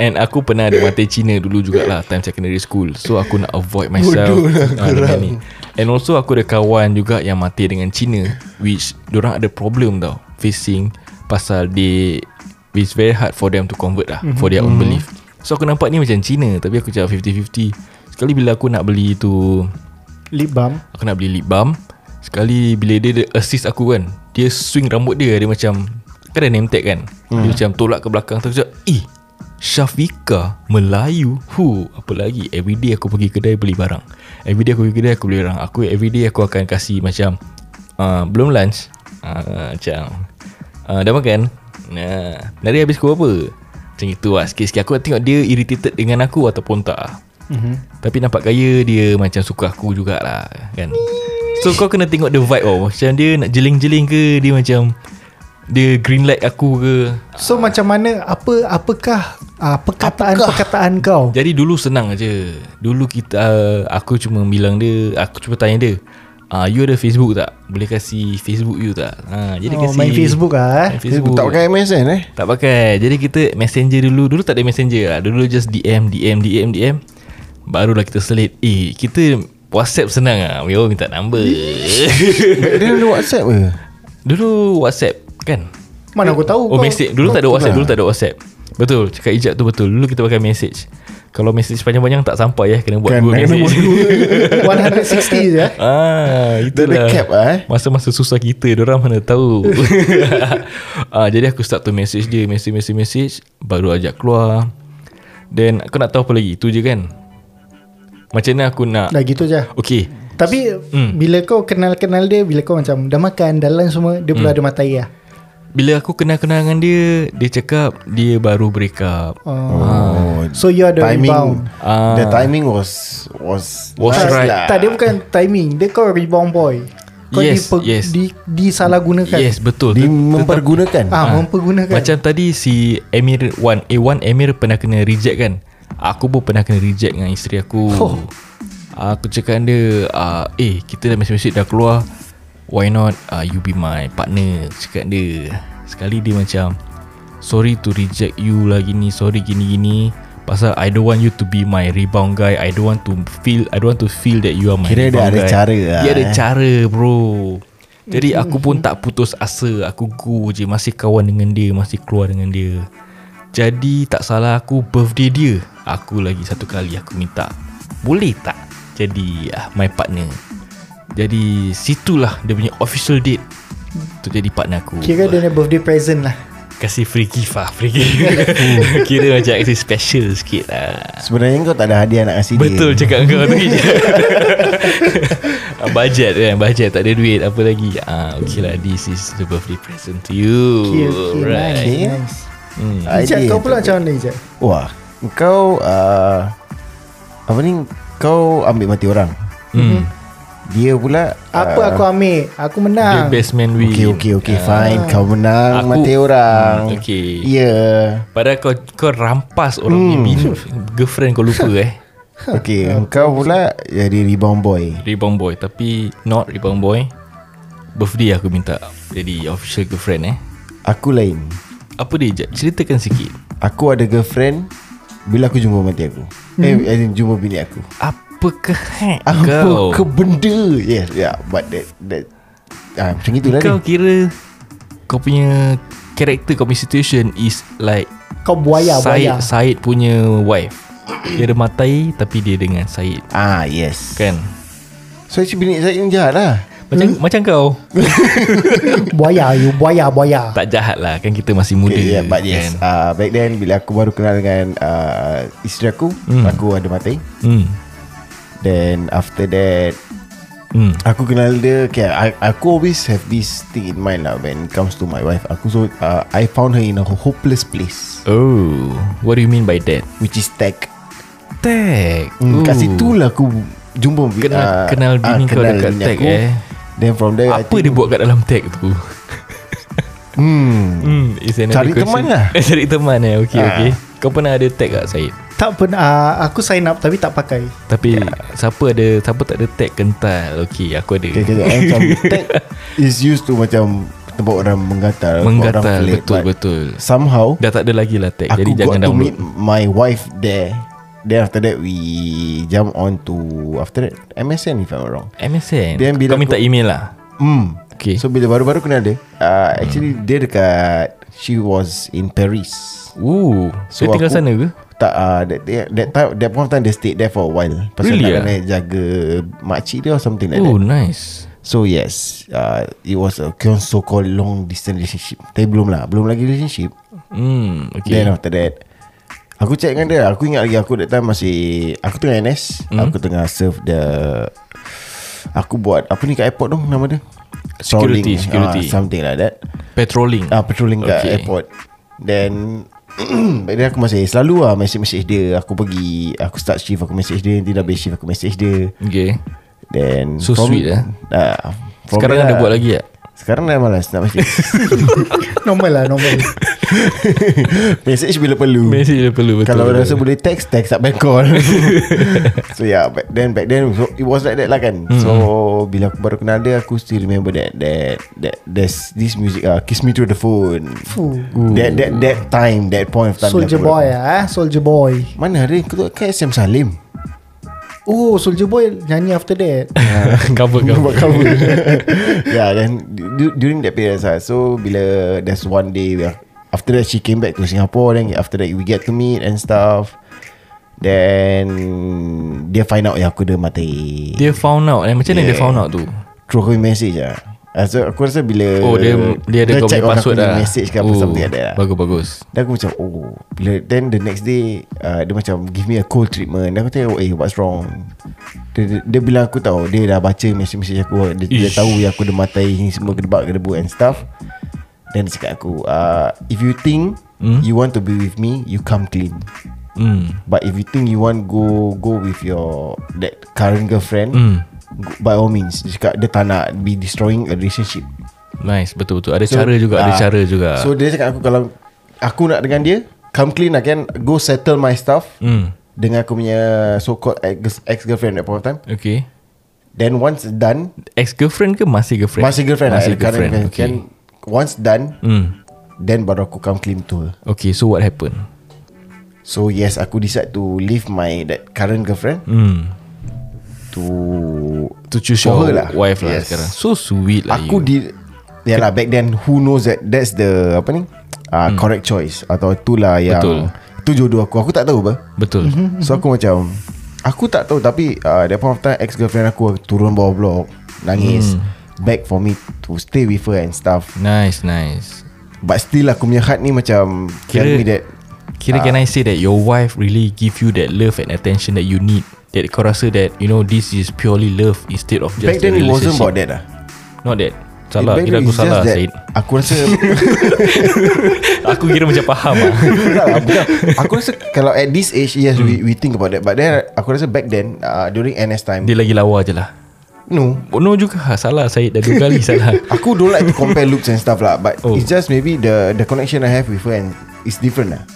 Speaker 2: And aku pernah ada mata Cina dulu jugalah Time secondary school So aku nak avoid myself ah, dengan ni. And also aku ada kawan juga Yang mati dengan Cina Which Diorang ada problem tau Facing Pasal they It's very hard for them to convert lah mm-hmm. For their own belief So aku nampak ni macam Cina Tapi aku cakap 50-50 Sekali bila aku nak beli tu
Speaker 4: Lip balm
Speaker 2: Aku nak beli lip balm Sekali bila dia, dia assist aku kan Dia swing rambut dia Dia macam Kan ada name tag kan hmm. Dia macam tolak ke belakang Terus cakap Eh Syafiqah Melayu Hu Apa lagi Everyday aku pergi kedai beli barang Everyday aku pergi kedai aku beli barang Aku everyday aku akan kasih macam uh, Belum lunch uh, Macam uh, Dah makan Nah, Nari habis kau apa Macam itu lah Sikit-sikit aku tengok dia irritated dengan aku Ataupun tak
Speaker 4: mm-hmm.
Speaker 2: tapi nampak gaya dia macam suka aku jugalah kan. So kau kena tengok the vibe oh. Macam dia nak jeling-jeling ke dia macam dia green light aku ke. Ah.
Speaker 4: So macam mana apa apakah uh, perkataan-perkataan kau?
Speaker 2: Jadi dulu senang aje. Dulu kita uh, aku cuma bilang dia, aku cuma tanya dia, "Ah, you ada Facebook tak? Boleh kasih Facebook you tak?" Ha, jadi
Speaker 4: Oh,
Speaker 2: kasi
Speaker 4: main Facebook ah. Eh?
Speaker 2: Main
Speaker 3: Dia
Speaker 2: Facebook.
Speaker 3: tak pakai MSN
Speaker 2: [laughs]
Speaker 3: eh
Speaker 2: Tak pakai Jadi kita messenger dulu Dulu tak ada messenger lah Dulu just DM DM DM DM Barulah kita selit Eh kita Whatsapp senang lah We all minta number [laughs]
Speaker 3: Dia ada WhatsApp ke
Speaker 2: Dulu Whatsapp kan
Speaker 4: Mana aku tahu
Speaker 2: Oh
Speaker 4: kau. [laughs]
Speaker 2: message Dulu tak ada
Speaker 3: Betul
Speaker 2: Whatsapp
Speaker 3: lah.
Speaker 2: Dulu tak ada Whatsapp Betul Cakap ijab tu betul Dulu kita pakai message Kalau message panjang-panjang tak sampai ya Kena buat
Speaker 3: Kan,
Speaker 2: dua
Speaker 3: kena
Speaker 2: message
Speaker 3: buat
Speaker 4: 160 je. eh?
Speaker 2: Ah,
Speaker 3: Dia ada
Speaker 2: itulah.
Speaker 3: cap lah eh
Speaker 2: Masa-masa susah kita Diorang mana
Speaker 3: [laughs]
Speaker 2: tahu [laughs] ah, Jadi aku start to message dia Message message message Baru ajak keluar Then aku nak tahu apa lagi Itu je kan Macam mana aku nak
Speaker 4: Dah gitu je.
Speaker 2: Okay
Speaker 4: Tapi
Speaker 2: Ah. Hmm.
Speaker 4: bila kau kenal-kenal dia, bila kau macam dah makan, dah lunch semua, dia
Speaker 2: Hmm.
Speaker 4: pula ada matai lah.
Speaker 2: Bila aku kenal-kenal dengan dia Dia cakap Dia baru break up
Speaker 4: Oh.
Speaker 3: Oh
Speaker 4: So you are the
Speaker 3: timing
Speaker 4: rebound.
Speaker 2: Ah.
Speaker 3: The timing was Was
Speaker 2: Was
Speaker 3: nice
Speaker 2: Oh, right.
Speaker 3: lah.
Speaker 4: Tak, dia bukan timing. Dia kau rebound boy. kau
Speaker 2: Yes,
Speaker 4: dipe-
Speaker 2: yes.
Speaker 4: di disalahgunakan.
Speaker 2: Yes betul
Speaker 3: Dia
Speaker 2: Ter-
Speaker 3: mempergunakan
Speaker 4: Ah,
Speaker 2: Ah,
Speaker 3: kan?
Speaker 4: mempergunakan.
Speaker 2: Macam tadi si Emir Wan A1 Emir pernah kena reject kan Aku pun pernah kena reject dengan isteri aku
Speaker 4: Oh.
Speaker 2: oh. Aku cakap dengan dia ah, Eh kita dah message-message dah keluar Why not uh, you be my partner Aku Cakap dia Sekali dia macam Sorry to reject you lah gini Sorry gini gini Pasal I don't want you to be my rebound guy I don't want to feel I don't want to feel that you are my
Speaker 3: Kira
Speaker 2: rebound
Speaker 3: dia ada
Speaker 2: guy.
Speaker 3: cara lah,
Speaker 2: Dia ada
Speaker 3: eh.
Speaker 2: cara bro Jadi aku pun tak putus asa Aku go je Masih kawan dengan dia Masih keluar dengan dia Jadi tak salah aku Birthday dia Aku lagi satu kali Aku minta Boleh tak Jadi ah, My partner Jadi Situlah Dia punya official date Untuk jadi partner aku
Speaker 4: Kira dia punya birthday present lah.
Speaker 2: Kasih free gift lah Free gift [laughs] Kira macam Kasih special sikit lah
Speaker 3: Sebenarnya kau tak ada hadiah nak kasih
Speaker 2: Betul
Speaker 3: dia
Speaker 2: cakap kau tadi je Budget kan Budget tak ada duit Apa lagi ah, Okay lah This is the birthday present to you
Speaker 4: Kira, kira
Speaker 2: Right
Speaker 4: nice,
Speaker 3: Okay.
Speaker 4: nice.
Speaker 2: hmm.
Speaker 4: Ijat kau pula macam mana Ijat?
Speaker 3: Wah Kau uh, Apa ni Kau ambil mati orang
Speaker 2: Hmm.
Speaker 3: Dia pula
Speaker 2: Ah.
Speaker 4: Apa aku ambil? Aku
Speaker 2: Dia
Speaker 4: menang.
Speaker 2: best man win
Speaker 3: Okay okay okay fine Kau
Speaker 2: Ah.
Speaker 3: menang
Speaker 2: Aku-
Speaker 3: mati orang
Speaker 2: Hmm, okay.
Speaker 3: Ya yeah.
Speaker 2: Padahal kau, kau rampas orang hmm. Girlfriend kau lupa eh
Speaker 3: Okay Kau pula Jadi rebound boy
Speaker 2: Rebound boy Tapi not rebound boy Birthday aku minta Jadi official girlfriend eh
Speaker 3: Aku lain
Speaker 2: Apa dia Jad? Ceritakan sikit
Speaker 3: Aku ada girlfriend Bila aku jumpa mati aku Eh as in, jumpa bini aku
Speaker 2: Apakah hak
Speaker 3: Apa
Speaker 2: kau?
Speaker 3: [laughs] ke benda Yeah yeah But that, that ah, Macam itulah
Speaker 2: Kau
Speaker 3: dia
Speaker 2: kira Kau punya Karakter kau punya situation Is like
Speaker 4: Kau buaya,
Speaker 2: [laughs]
Speaker 4: buaya.
Speaker 2: Syed, Syed punya wife Dia ada matai Tapi dia dengan Syed
Speaker 3: Ah yes
Speaker 2: Kan
Speaker 3: So actually bini saya ni jahat lah
Speaker 2: Macam macam kau
Speaker 4: Buaya, you buaya, buaya.
Speaker 2: Tak jahat lah Kan kita masih muda
Speaker 3: Okay, yeah, but
Speaker 2: kan?
Speaker 3: yes uh, Back then Bila aku baru kenal dengan uh, Isteri aku Aku ada mati
Speaker 2: hmm.
Speaker 3: Then after that
Speaker 2: Hmm.
Speaker 3: Aku kenal dia okay, I, Aku always have this thing in mind lah When it comes to my wife Aku so uh, I found her in a hopeless place
Speaker 2: Oh What do you mean by that?
Speaker 3: Which is tech
Speaker 2: Tag Oh,
Speaker 3: Hmm,
Speaker 2: Ooh.
Speaker 3: kat situ lah aku jumpa ah,
Speaker 2: Kenal- kenal bini kau dekat tech, eh.
Speaker 3: Then from there I
Speaker 2: Apa
Speaker 3: think-
Speaker 2: dia buat kat dalam tag tu? [laughs]
Speaker 3: Hmm
Speaker 2: Hmm, is another
Speaker 3: Cari
Speaker 2: question.
Speaker 3: teman lah.
Speaker 2: Eh, [laughs] Cari teman eh Okay
Speaker 3: Ah.
Speaker 2: okay Kau pernah ada tag kat Syed?
Speaker 4: Tak pernah uh, aku sign up tapi tak pakai.
Speaker 2: Tapi
Speaker 3: Ya.
Speaker 2: Siapa ada Siapa tak ada tag kental Okay aku ada
Speaker 3: Okay, okay, okay.
Speaker 2: [laughs]
Speaker 3: Macam tech Is used to macam Tempat orang menggatal orang
Speaker 2: Menggatal
Speaker 3: pelik,
Speaker 2: Betul
Speaker 3: but
Speaker 2: betul
Speaker 3: Somehow
Speaker 2: Dah tak ada lagi lah tag
Speaker 3: Aku
Speaker 2: Jadi
Speaker 3: got
Speaker 2: jangan
Speaker 3: to meet
Speaker 2: download
Speaker 3: My wife there Then after that We jump on to After that MSN if I'm wrong
Speaker 2: MSN
Speaker 3: Then
Speaker 2: Eh,
Speaker 3: bila
Speaker 2: Kau minta
Speaker 3: aku-
Speaker 2: email lah
Speaker 3: Hmm
Speaker 2: Okay. Hmm.
Speaker 3: So bila baru-baru kenal dia uh, Actually dia dekat She was in Paris
Speaker 2: Ooh, so
Speaker 3: So
Speaker 2: dia tinggal
Speaker 3: aku-
Speaker 2: sana ke?
Speaker 3: Tak uh, that, that, that time That point of time They stayed there for a while Pasal
Speaker 2: Really
Speaker 3: nak
Speaker 2: ah?
Speaker 3: kena jaga Makcik dia or something like
Speaker 2: Oh,
Speaker 3: that
Speaker 2: nice.
Speaker 3: So yes uh, It was a So called long distance relationship Tapi belum lah Belum lagi relationship
Speaker 2: Hmm, okay.
Speaker 3: Okay. Then after that Aku check dengan dia Aku ingat lagi aku that time masih Aku tengah NS
Speaker 2: Hmm.
Speaker 3: mm. Aku tengah serve the Aku buat Apa ni kat airport tu nama dia
Speaker 2: Security,
Speaker 3: Prowling,
Speaker 2: security.
Speaker 3: ah, Something like that
Speaker 2: Patrolling.
Speaker 3: ah, Patrolling kat
Speaker 2: Okay.
Speaker 3: okay. airport Then [clears throat] Back then aku masih Selalu lah message-message dia Aku pergi Aku start shift Aku message dia Nanti dah habis shift Aku message dia
Speaker 2: Okay.
Speaker 3: Then
Speaker 2: So sweet, eh?
Speaker 3: ah, from
Speaker 2: Sekarang
Speaker 3: there
Speaker 2: ada
Speaker 3: lah.
Speaker 2: buat lagi tak?
Speaker 3: Sekarang dah malas nak message
Speaker 2: [laughs]
Speaker 4: Normal lah, normal.
Speaker 3: Message bila perlu
Speaker 2: Message dia perlu betul.
Speaker 3: Kalau rasa boleh text Text tak back call So yeah Back then Back then so It was like that lah kan
Speaker 2: Hmm.
Speaker 3: mm. So Bila aku baru kenal dia Aku still remember that That that There's this music uh, Kiss me through the phone
Speaker 4: Fuh.
Speaker 3: That that that time That point of time
Speaker 4: Soldier
Speaker 3: bila aku
Speaker 4: Boy
Speaker 3: baru-
Speaker 4: ah, eh? Soldier Boy.
Speaker 3: Mana ada Kau tengok kan Sam Salim
Speaker 4: Oh, Soldier Boy nyanyi after
Speaker 2: [laughs]
Speaker 4: that.
Speaker 2: [laughs]
Speaker 3: [laughs]
Speaker 2: cover cover.
Speaker 3: Buat cover Yeah then du- During that period lah So bila There's one day we are, After that she came back to Singapore Then after that we get to meet And stuff Then Dia find out Yang aku dah mati
Speaker 2: Dia found out eh. Macam mana dia
Speaker 3: Yeah.
Speaker 2: found out tu?
Speaker 3: Through her message lah Ah, So aku rasa bila
Speaker 2: Oh, dia dia ada kau
Speaker 3: check
Speaker 2: punya
Speaker 3: on
Speaker 2: password
Speaker 3: aku punya
Speaker 2: dah.
Speaker 3: Message ke apa
Speaker 2: Oh,
Speaker 3: something like that lah
Speaker 2: Bagus bagus.
Speaker 3: Then aku macam oh bila, Then the next day uh, Dia macam give me a cold treatment Then aku tanya eh what's wrong dia, dia, dia bilang aku tahu Dia dah baca message-message aku Dia, dia
Speaker 2: Ish.
Speaker 3: tahu yang aku dah matai Ni semua gedebak gedebu and stuff Then dia cakap aku uh, If you think
Speaker 2: Hmm?
Speaker 3: You want to be with me You come clean
Speaker 2: Hmm.
Speaker 3: But if you think you want Go go with your That current girlfriend
Speaker 2: Hmm.
Speaker 3: by all means dia cakap dia tak nak be destroying a relationship
Speaker 2: Nice betul-betul Ada cara juga Ada
Speaker 3: ah,
Speaker 2: cara juga
Speaker 3: so dia cakap aku kalau aku nak dengan dia come clean I can go settle my stuff
Speaker 2: Hmm
Speaker 3: dengan aku punya so called ex- ex-girlfriend at that point of time
Speaker 2: Okay
Speaker 3: then once done
Speaker 2: Ex-girlfriend ke masih girlfriend?
Speaker 3: Masih girlfriend
Speaker 2: Masih
Speaker 3: lah, current
Speaker 2: girlfriend Okay
Speaker 3: Then once done
Speaker 2: hmm.
Speaker 3: Then baru aku come clean to her
Speaker 2: Okay so what happened?
Speaker 3: So yes aku decide to leave my that current girlfriend
Speaker 2: Hmm
Speaker 3: To
Speaker 2: To choose
Speaker 3: For
Speaker 2: your
Speaker 3: her lah.
Speaker 2: wife lah
Speaker 3: Yes.
Speaker 2: sekarang So sweet lah
Speaker 3: Aku
Speaker 2: you.
Speaker 3: di Ya lah back then Who knows that That's the Apa ni uh, Correct choice Atau itulah
Speaker 2: Hmm.
Speaker 3: yang
Speaker 2: Betul.
Speaker 3: Itu jodoh aku Aku tak tahu apa
Speaker 2: Betul
Speaker 3: So aku macam Aku tak tahu Tapi uh, That point of time Ex-girlfriend aku Turun bawah blok Nangis
Speaker 2: Mm.
Speaker 3: Back for me To stay with her and stuff
Speaker 2: Nice nice
Speaker 3: But still aku punya heart ni macam Tell
Speaker 2: Kira-
Speaker 3: me that
Speaker 2: Kira
Speaker 3: Ah.
Speaker 2: can I say that your wife really give you that love and attention that you need That kau rasa that you know this is purely love instead of just
Speaker 3: Back
Speaker 2: a
Speaker 3: then it wasn't
Speaker 2: relationship.
Speaker 3: about that lah
Speaker 2: Not that Salah
Speaker 3: Back
Speaker 2: Kira
Speaker 3: then
Speaker 2: aku
Speaker 3: it's just
Speaker 2: salah
Speaker 3: that
Speaker 2: Syed
Speaker 3: Aku
Speaker 2: [laughs]
Speaker 3: rasa [laughs]
Speaker 2: Aku kira macam faham lah
Speaker 3: Tak lah, bukan. Aku rasa Kalau at this age Yes we,
Speaker 2: Mm.
Speaker 3: we think about that But then Aku rasa back then uh, During NS time
Speaker 2: Dia lagi lawa je lah
Speaker 3: No
Speaker 2: Bono juga Ha, Salah Syed Dah dua kali
Speaker 3: [laughs]
Speaker 2: salah
Speaker 3: Aku don't like to compare looks and stuff lah But
Speaker 2: Oh.
Speaker 3: oh. it's just maybe The the connection I have with her And it's different lah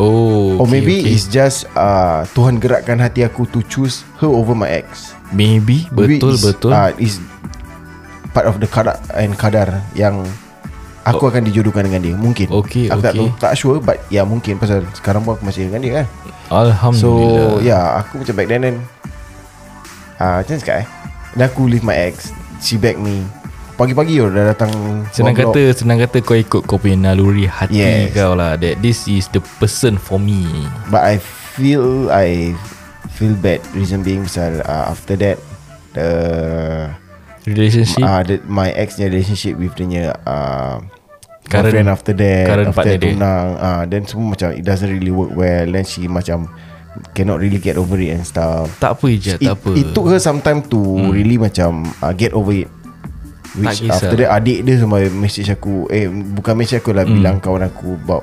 Speaker 2: Oh
Speaker 3: Or
Speaker 2: okay,
Speaker 3: maybe
Speaker 2: okay.
Speaker 3: it's just uh, Tuhan gerakkan hati aku To choose her over my ex
Speaker 2: Maybe
Speaker 3: Maybe
Speaker 2: Betul
Speaker 3: it's,
Speaker 2: betul
Speaker 3: uh, Is part of the kadar And kadar Yang Aku akan dijodohkan dengan dia Mungkin
Speaker 2: Oh. Okay,
Speaker 3: Aku tak
Speaker 2: okay.
Speaker 3: tahu Tak sure But ya mungkin Pasal sekarang pun aku masih dengan dia kan
Speaker 2: Hmm,
Speaker 3: So
Speaker 2: Alhamdulillah
Speaker 3: yeah Aku macam back then then ah, Macam mana cakap eh Then aku leave my ex She back me Pagi-pagi oh, dah datang
Speaker 2: Senang
Speaker 3: buat
Speaker 2: kata Senang kata kau ikut Kau punya naluri hati
Speaker 3: Yes.
Speaker 2: kau lah That this is the person for me
Speaker 3: blog. But I feel I feel bad Reason being Pasal uh, after that The
Speaker 2: Relationship
Speaker 3: uh, the My ex nya relationship With dia nya uh,
Speaker 2: Current-
Speaker 3: Current after that
Speaker 2: current
Speaker 3: After
Speaker 2: partner
Speaker 3: that
Speaker 2: dia.
Speaker 3: tunang uh, Then semua macam It doesn't really work well Then she macam Cannot really get over it And stuff
Speaker 2: Tak apa je
Speaker 3: it,
Speaker 2: Tak apa
Speaker 3: it took her some time to hmm. really macam uh, get over it. Which
Speaker 2: kisah.
Speaker 3: after that adik dia sampai message aku eh bukan message aku lah hmm. bilang kawan aku about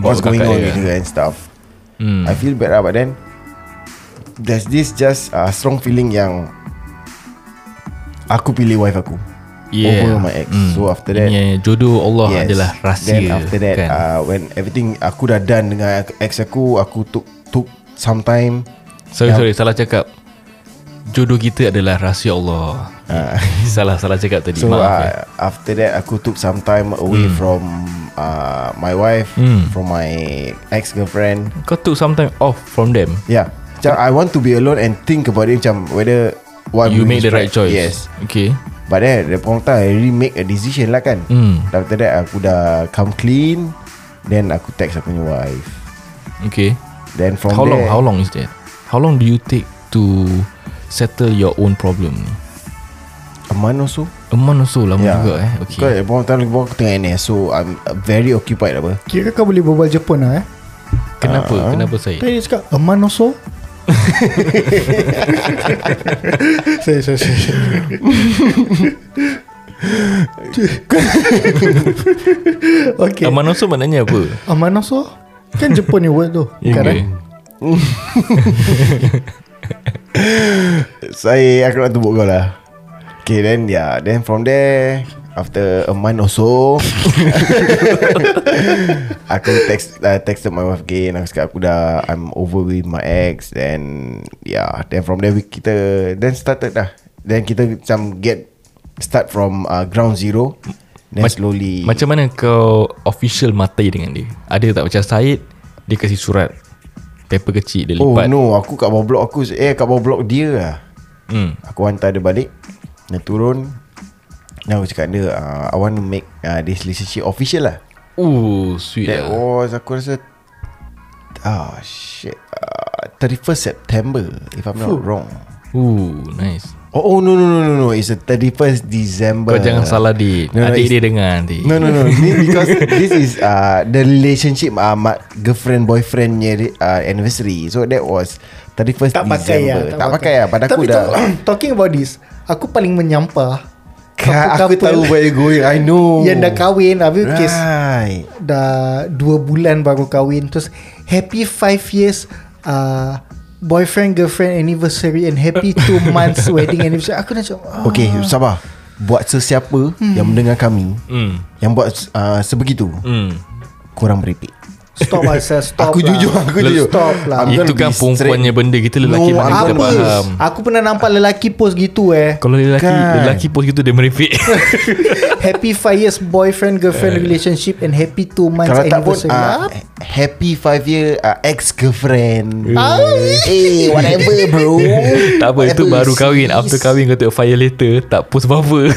Speaker 2: Bawa
Speaker 3: what's going
Speaker 2: Ah, kakak
Speaker 3: on
Speaker 2: dia.
Speaker 3: with her and stuff.
Speaker 2: Hmm.
Speaker 3: I feel bad lah but then there's this just uh, strong feeling yang aku pilih wife aku
Speaker 2: Yeah.
Speaker 3: over my ex. So after that
Speaker 2: yeah, Jodoh Allah
Speaker 3: Yes.
Speaker 2: adalah rahsia
Speaker 3: Then after that
Speaker 2: kan?
Speaker 3: kan? uh, When everything Aku dah done dengan ex aku Aku took Took some time
Speaker 2: Sorry sorry Salah cakap Jodoh kita adalah rahsia Allah [laughs] Salah salah cakap tadi
Speaker 3: Ah. So
Speaker 2: Maaf
Speaker 3: uh,
Speaker 2: eh.
Speaker 3: after that aku took some time away mm. from uh, my wife,
Speaker 2: Hmm.
Speaker 3: mm. from my ex girlfriend.
Speaker 2: Kau took some time off from them
Speaker 3: Yeah. Macam I want to be alone and think about it macam whether what I'm
Speaker 2: You made
Speaker 3: doing is
Speaker 2: the right choice
Speaker 3: Um, Yes.
Speaker 2: Okay
Speaker 3: But then at the point of time I really make a decision lah kan.
Speaker 2: Hmm.
Speaker 3: Dan After that aku dah come clean then aku text aku punya wife.
Speaker 2: Okay
Speaker 3: Then from
Speaker 2: How
Speaker 3: there
Speaker 2: long how long is that How long do you take to Settle your own problem ni
Speaker 3: a month or so.
Speaker 2: A month or so lama
Speaker 3: Ya.
Speaker 2: juga Oh eh Okay
Speaker 3: Because at the point of time aku tengah NS so I'm uh, very occupied apa.
Speaker 4: Kira kau boleh berbual Jepun lah eh
Speaker 2: Kenapa
Speaker 3: Ah.
Speaker 2: Kenapa saya
Speaker 4: Tadi dia cakap A month
Speaker 3: [laughs]
Speaker 4: or so Sorry sorry [laughs] sorry Okay
Speaker 2: okay. A month or so maknanya apa
Speaker 4: A month or so Kan Jepun ni
Speaker 2: [laughs]
Speaker 4: word tu Bukan eh?
Speaker 2: Okay.
Speaker 3: Saya aku nak tumbuk kau lah Okay then yeah Then from there After a month or so [laughs] Aku text uh, texted my wife again Aku cakap aku dah I'm over with my ex Then Yeah Then from there we, kita Then started dah Then kita macam get Start from uh, ground zero Then
Speaker 2: Mac-
Speaker 3: slowly
Speaker 2: Macam mana kau official matai dengan dia? Ada tak macam Syed dia kasih surat paper kecil dia
Speaker 3: Oh
Speaker 2: lipat.
Speaker 3: no Aku kat bawah blok aku Eh kat bawah blok dia lah
Speaker 2: Hmm.
Speaker 3: Aku hantar dia balik Dia turun Dan aku cakap dia uh, I want to make uh, This relationship official lah
Speaker 2: Ooh, sweet
Speaker 3: yeah. That
Speaker 2: lah.
Speaker 3: was Aku rasa Ah oh, shit uh, 31st September If I'm not wrong
Speaker 2: Ooh, Uh, nice.
Speaker 3: Oh, oh no no no no no It's the 31st December
Speaker 2: Kau jangan salah di.
Speaker 3: uh, No, no,
Speaker 2: Adik
Speaker 3: it's-
Speaker 2: dia dengar nanti.
Speaker 3: No no
Speaker 2: [laughs]
Speaker 3: no Ni Because this is uh, The relationship uh, my Girlfriend boyfriend uh, Anniversary So that was 31st December
Speaker 4: Tak pakai lah
Speaker 3: Tak, pakai lah Pada aku
Speaker 4: Tapi
Speaker 3: dah
Speaker 4: talk- [coughs] Talking about this Aku paling menyampah
Speaker 3: Aku
Speaker 4: couple-couple
Speaker 3: tahu where you going I know
Speaker 4: Yang dah kahwin Habis right. kes
Speaker 3: Right
Speaker 4: Dah 2 bulan baru kahwin Terus Happy 5 years uh, boyfriend girlfriend anniversary and happy
Speaker 3: [laughs]
Speaker 4: two months wedding anniversary aku dah macam ah.
Speaker 3: Okay sabar Buat sesiapa hmm. Yang mendengar kami
Speaker 2: Hmm.
Speaker 3: Yang buat uh, sebegitu
Speaker 2: Hmm.
Speaker 3: Kurang merepek [laughs]
Speaker 4: stop Aisyah stop
Speaker 3: Aku
Speaker 4: lah.
Speaker 3: jujur Aku
Speaker 2: Let's
Speaker 3: jujur
Speaker 4: stop lah.
Speaker 3: I'm gonna
Speaker 2: Itu kan
Speaker 3: be
Speaker 2: perempuannya
Speaker 3: straight.
Speaker 2: benda Kita lelaki
Speaker 3: No,
Speaker 2: no, mana kita
Speaker 3: apa?
Speaker 2: faham
Speaker 4: Aku pernah nampak lelaki post gitu eh
Speaker 2: Kalau lelaki
Speaker 3: Kan.
Speaker 2: Lelaki post gitu dia merepek [laughs]
Speaker 4: Happy 5 years boyfriend girlfriend
Speaker 3: Eh.
Speaker 4: relationship And happy 2 months
Speaker 3: Kalau tak pun
Speaker 4: anniversary
Speaker 3: uh,
Speaker 4: Apa?
Speaker 3: Happy five year uh, Ex-girlfriend Eh whatever bro
Speaker 2: [laughs] Tak apa itu
Speaker 3: Whatever,
Speaker 2: baru kahwin
Speaker 3: sis.
Speaker 2: After kahwin kau tengok fire later Tak post apa-apa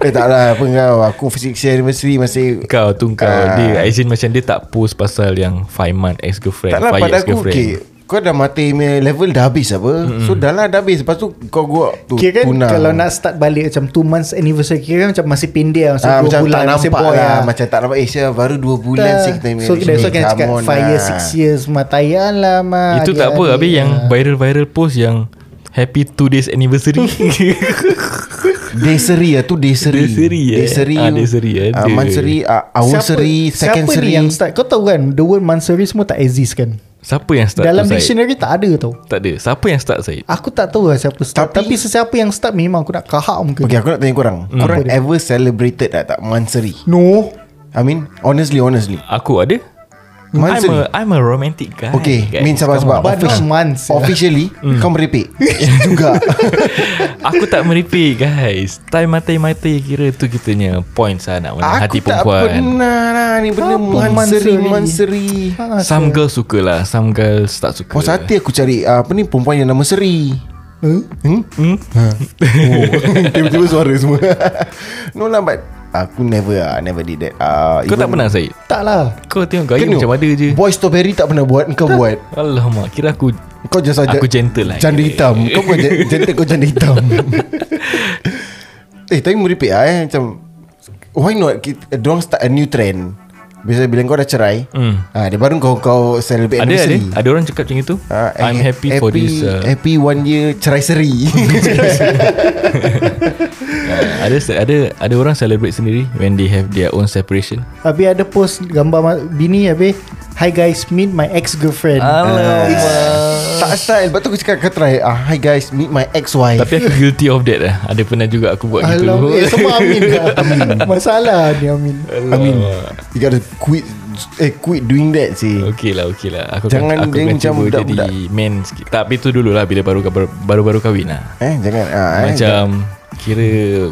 Speaker 3: Eh tak lah Apa kau Aku fisik anniversary Masih
Speaker 2: Kau tu kau
Speaker 3: Ah.
Speaker 2: Dia as in macam dia tak post Pasal yang Five month ex-girlfriend
Speaker 3: Tak lah
Speaker 2: five year
Speaker 3: pada aku Okay kau dah mati punya level dah habis apa
Speaker 2: Hmm.
Speaker 3: mm-hmm. So dah lah dah habis Lepas tu kau go out tu
Speaker 4: Kira kan
Speaker 3: tunang.
Speaker 4: kalau nak start balik Macam 2 months anniversary Kira kan macam masih pendek lah, Masa
Speaker 3: Ah,
Speaker 4: 2
Speaker 3: macam
Speaker 4: bulan
Speaker 3: tak
Speaker 4: Masih
Speaker 3: nampak
Speaker 4: boy
Speaker 3: lah.
Speaker 4: lah
Speaker 3: Macam tak nampak Eh saya baru 2 bulan
Speaker 4: Tak.
Speaker 3: sih kita
Speaker 4: So that's why kan cakap 5
Speaker 3: lah.
Speaker 4: years 6 years Mataya lah ya. ma,
Speaker 2: Itu tak apa Habis yang viral-viral post yang Happy 2 days anniversary
Speaker 3: Deseri lah tu Deseri
Speaker 2: Deseri, eh.
Speaker 3: Deseri
Speaker 2: Ah, deseri, eh.
Speaker 3: ah,
Speaker 2: Dia.
Speaker 3: Manseri ah, Awal seri Second
Speaker 4: siapa
Speaker 3: seri
Speaker 4: ni yang start Kau tahu kan The word manseri semua tak exist kan
Speaker 2: Siapa yang start
Speaker 4: Dalam
Speaker 2: tu, Syed?
Speaker 4: dictionary tak ada tau
Speaker 2: Tak ada Siapa yang start Syed?
Speaker 4: Aku tak tahu lah siapa start
Speaker 3: Tapi-
Speaker 4: Tapi, sesiapa yang start Memang aku nak kahak muka
Speaker 3: Okay aku nak tanya korang
Speaker 2: Hmm.
Speaker 3: Korang
Speaker 4: Apa dia?
Speaker 3: ever celebrated tak, tak Manseri
Speaker 4: No
Speaker 3: I mean Honestly honestly
Speaker 2: Aku ada I'm
Speaker 3: Manseri
Speaker 2: a, I'm a romantic guy
Speaker 3: Okay
Speaker 2: guys.
Speaker 3: Min sabar
Speaker 2: Come
Speaker 3: sebab
Speaker 2: on. Hmm.
Speaker 4: But
Speaker 3: offici-
Speaker 4: not months, ya.
Speaker 3: Officially Kau merepek Juga
Speaker 2: Aku tak meripik guys Time mata-mata Kira tu kitanya Points lah Nak menang [laughs] hati
Speaker 3: Aku tak
Speaker 2: perempuan
Speaker 3: pernah lah Ni benda
Speaker 4: Apa
Speaker 3: Manseri
Speaker 4: Manseri?
Speaker 3: Manseri
Speaker 4: Ha,
Speaker 2: Some girls suka lah Some girls tak suka
Speaker 3: Puas hati aku cari ah, Apa ni perempuan yang nama Seri
Speaker 4: huh?
Speaker 3: Hmm? Ha. Oh. [laughs] Tiba-tiba suara semua [laughs] No lah but Aku never ah, Never did that uh,
Speaker 2: Kau tak pernah Syed?
Speaker 4: Tak lah
Speaker 2: Kau tengok gaya macam ada je
Speaker 3: Boy strawberry tak pernah buat Kau buat
Speaker 2: Alamak Kira aku
Speaker 3: Kau just saja
Speaker 2: Aku gentle lah
Speaker 3: Janda hitam Kau bukan jan- gentle Kau janda
Speaker 2: [laughs]
Speaker 3: hitam Eh tapi meripik lah eh Macam Why not kita, Diorang start a new trend Biasa bila kau dah cerai
Speaker 2: Hmm.
Speaker 3: ah, Dia baru kau Kau
Speaker 2: Ada
Speaker 3: celebrate
Speaker 2: ada
Speaker 3: anniversary
Speaker 2: Ada orang cakap macam itu
Speaker 3: Ah,
Speaker 2: I'm
Speaker 3: ha-
Speaker 2: happy, for this uh,
Speaker 3: Happy one year Cerai
Speaker 2: [laughs]
Speaker 3: seri
Speaker 2: uh, Ada ada ada orang celebrate sendiri When they have their own separation
Speaker 4: Habis ada post gambar ma- bini Habis Hi guys meet my ex-girlfriend
Speaker 2: Ah.
Speaker 3: Uh, Tak style Lepas tu aku cakap Kau try ah, Hi guys Meet my ex-wife
Speaker 2: Tapi aku guilty of that lah Ada pernah juga aku buat gitu
Speaker 4: Alam, eh, semua Amin
Speaker 2: [laughs]
Speaker 4: lah. Masalah ni Amin
Speaker 3: I mean
Speaker 2: lah.
Speaker 3: You gotta quit Eh quit doing that sih
Speaker 2: Okay lah okay lah Aku
Speaker 3: Jangan
Speaker 2: akan, aku
Speaker 3: dia
Speaker 2: akan
Speaker 3: macam
Speaker 2: cuba jadi
Speaker 3: budak-budak.
Speaker 2: man sikit Tapi tu dululah Bila baru baru-baru kahwin lah
Speaker 3: Eh jangan ah, eh,
Speaker 2: Macam Kira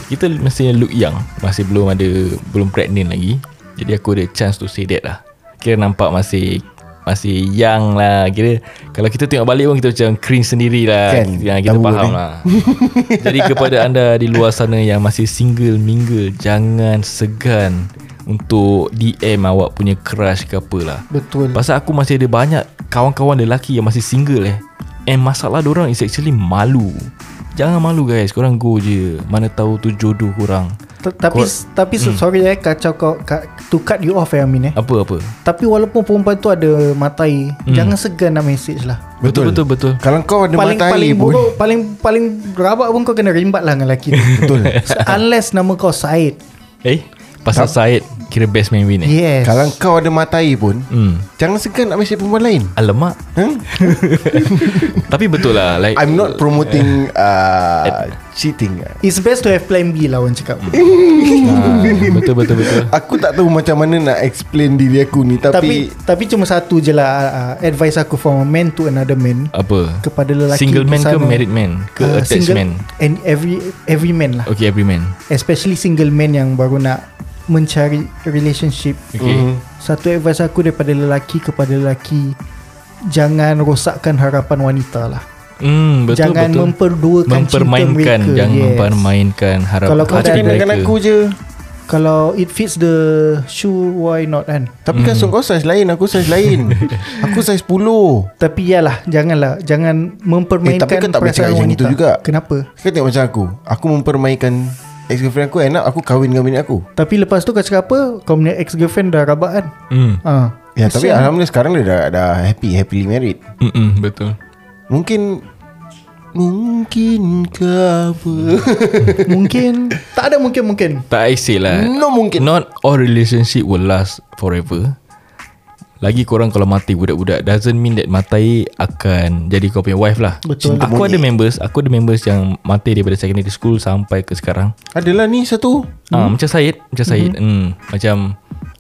Speaker 2: Kita mestinya look young Masih belum ada Belum pregnant lagi Jadi aku ada chance to say that lah Kira nampak masih Masih young lah Kira Kalau kita tengok balik pun Kita macam cringe sendiri lah
Speaker 3: Kan,
Speaker 2: Yang kita
Speaker 3: tahu
Speaker 2: faham
Speaker 3: ni.
Speaker 2: lah [laughs] Jadi kepada anda Di luar sana Yang masih single Mingle Jangan segan Untuk DM awak punya crush ke apa lah
Speaker 4: Betul
Speaker 2: Pasal aku masih ada banyak kawan-kawan lelaki yang masih single eh. And masalah orang is actually malu. Jangan malu guys, korang go je. Mana tahu tu jodoh korang.
Speaker 4: Ta- Tapi Tapi so-
Speaker 2: Hmm.
Speaker 4: sorry eh Kacau kau ka- To cut you off eh Amin eh
Speaker 2: Apa apa?
Speaker 4: Tapi walaupun perempuan tu ada matai
Speaker 2: Hmm.
Speaker 4: Jangan segan nak message lah
Speaker 2: Betul betul betul.
Speaker 3: Kalau kau ada
Speaker 4: paling
Speaker 3: mata
Speaker 4: paling
Speaker 3: air pun
Speaker 4: buruk paling paling rabak pun kau kena rimbat lah dengan
Speaker 2: [laughs]
Speaker 4: lelaki tu.
Speaker 3: Betul
Speaker 4: So, [laughs] unless nama kau Said.
Speaker 2: Eh, pasal Said kira best man win eh.
Speaker 4: Yes.
Speaker 3: Kalau kau ada mata air pun
Speaker 2: Hmm.
Speaker 3: Jangan segan nak mesej perempuan lain
Speaker 2: Alamak. [laughs] Tapi betul lah like
Speaker 3: I'm not
Speaker 2: [laughs]
Speaker 3: promoting uh, Cheating
Speaker 4: It's best to have plan B lah orang cakap.
Speaker 2: ah, betul betul betul.
Speaker 3: Aku tak tahu macam mana nak explain diri aku ni
Speaker 4: tapi,
Speaker 3: Tapi,
Speaker 4: tapi cuma satu je lah uh, advice aku from a man to another man
Speaker 2: Apa?
Speaker 4: kepada lelaki
Speaker 2: Single
Speaker 4: di
Speaker 2: man ke
Speaker 4: sana.
Speaker 2: married man ke
Speaker 4: Ah,
Speaker 2: attached
Speaker 4: single
Speaker 2: man?
Speaker 4: And every every man lah.
Speaker 2: Okay every man.
Speaker 4: Especially single man yang baru nak mencari relationship.
Speaker 3: Hmm. Mhm.
Speaker 2: Okay.
Speaker 4: Satu advice aku daripada lelaki kepada lelaki jangan rosakkan harapan wanita lah.
Speaker 2: Hmm, betul
Speaker 4: jangan
Speaker 2: betul.
Speaker 4: memperduakan cinta
Speaker 2: mempermainkan
Speaker 4: mereka.
Speaker 2: jangan
Speaker 4: Yes.
Speaker 2: mempermainkan harap
Speaker 4: Kalau kau
Speaker 2: hati
Speaker 4: dah-
Speaker 2: mereka.
Speaker 3: Kan aku je
Speaker 4: Kalau it fits the shoe Why not kan
Speaker 3: Tapi kan
Speaker 2: Hmm.
Speaker 3: kau saiz lain Aku
Speaker 2: [laughs]
Speaker 3: saiz lain Aku saiz 10
Speaker 4: Tapi iyalah Janganlah Jangan
Speaker 3: Eh,
Speaker 4: mempermainkan
Speaker 3: tapi kau tak boleh
Speaker 4: perasaan
Speaker 3: cakap macam
Speaker 4: wanita.
Speaker 3: itu juga.
Speaker 4: Kenapa
Speaker 3: Kau tengok macam aku Aku mempermainkan Ex-girlfriend aku Enak aku kahwin dengan bini aku
Speaker 4: Tapi lepas tu kau cakap apa Kau punya ex-girlfriend dah rabak kan
Speaker 2: Hmm.
Speaker 3: [laughs]
Speaker 4: ha.
Speaker 3: Ya tapi Alhamdulillah sekarang dia dah, dah happy Happily married
Speaker 2: Mm-mm, hmm, betul.
Speaker 3: Mungkin Mungkin ke
Speaker 4: [laughs]
Speaker 3: apa
Speaker 4: Mungkin Tak ada mungkin-mungkin Hmm.
Speaker 2: Tak I say lah
Speaker 3: No mungkin
Speaker 2: Not all relationship will last forever Lagi korang kalau mati budak-budak Doesn't mean that matai akan jadi kau punya wife lah
Speaker 4: Betul.
Speaker 2: Aku ada members Aku ada members yang mati daripada secondary school sampai ke sekarang
Speaker 3: Adalah ni satu
Speaker 2: Ah,
Speaker 4: Hmm.
Speaker 2: macam Syed Macam Syed hmm, Macam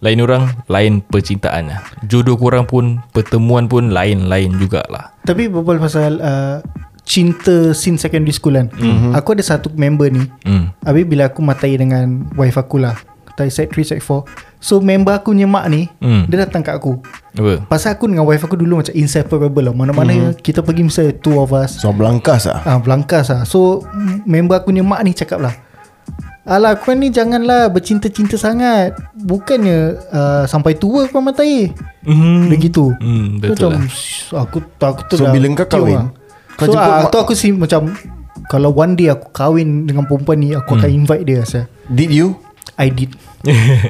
Speaker 2: Lain orang Lain percintaan lah Jodoh korang pun Pertemuan pun Lain-lain jugalah
Speaker 4: Tapi berbual pasal uh, cinta since secondary school kan.
Speaker 3: Mhm.
Speaker 4: Mm-hmm. Aku ada satu member ni.
Speaker 2: hmm.
Speaker 4: Habis bila aku matai dengan wife aku lah. Kata set 3, set 4. So member aku punya mak ni,
Speaker 2: Hmm.
Speaker 4: dia datang kat aku.
Speaker 2: Apa?
Speaker 4: Pasal aku dengan wife aku dulu macam inseparable lah. Mana-mana
Speaker 2: Hmm.
Speaker 4: mm-hmm. kita pergi misalnya two of us.
Speaker 3: Soal belangkas lah
Speaker 4: Ah belangkas lah So m- member aku ni mak ni cakap lah Alah kau ni janganlah bercinta-cinta sangat Bukannya uh, sampai tua kau matai
Speaker 2: Hmm.
Speaker 4: Dia gitu
Speaker 2: Hmm,
Speaker 4: Tu
Speaker 2: betul
Speaker 4: macam,
Speaker 2: lah.
Speaker 4: "Sh, Aku aku tu
Speaker 3: So,
Speaker 4: dah
Speaker 3: bila kau
Speaker 4: tiup
Speaker 3: kahwin,
Speaker 4: lah."
Speaker 3: kau
Speaker 4: So
Speaker 3: jemput
Speaker 4: ah,
Speaker 3: mak-
Speaker 4: tu aku si, macam Kalau one day aku kahwin dengan perempuan ni
Speaker 2: Hmm.
Speaker 4: Aku akan invite dia saya.
Speaker 3: Did
Speaker 4: [laughs]
Speaker 3: you?
Speaker 4: I did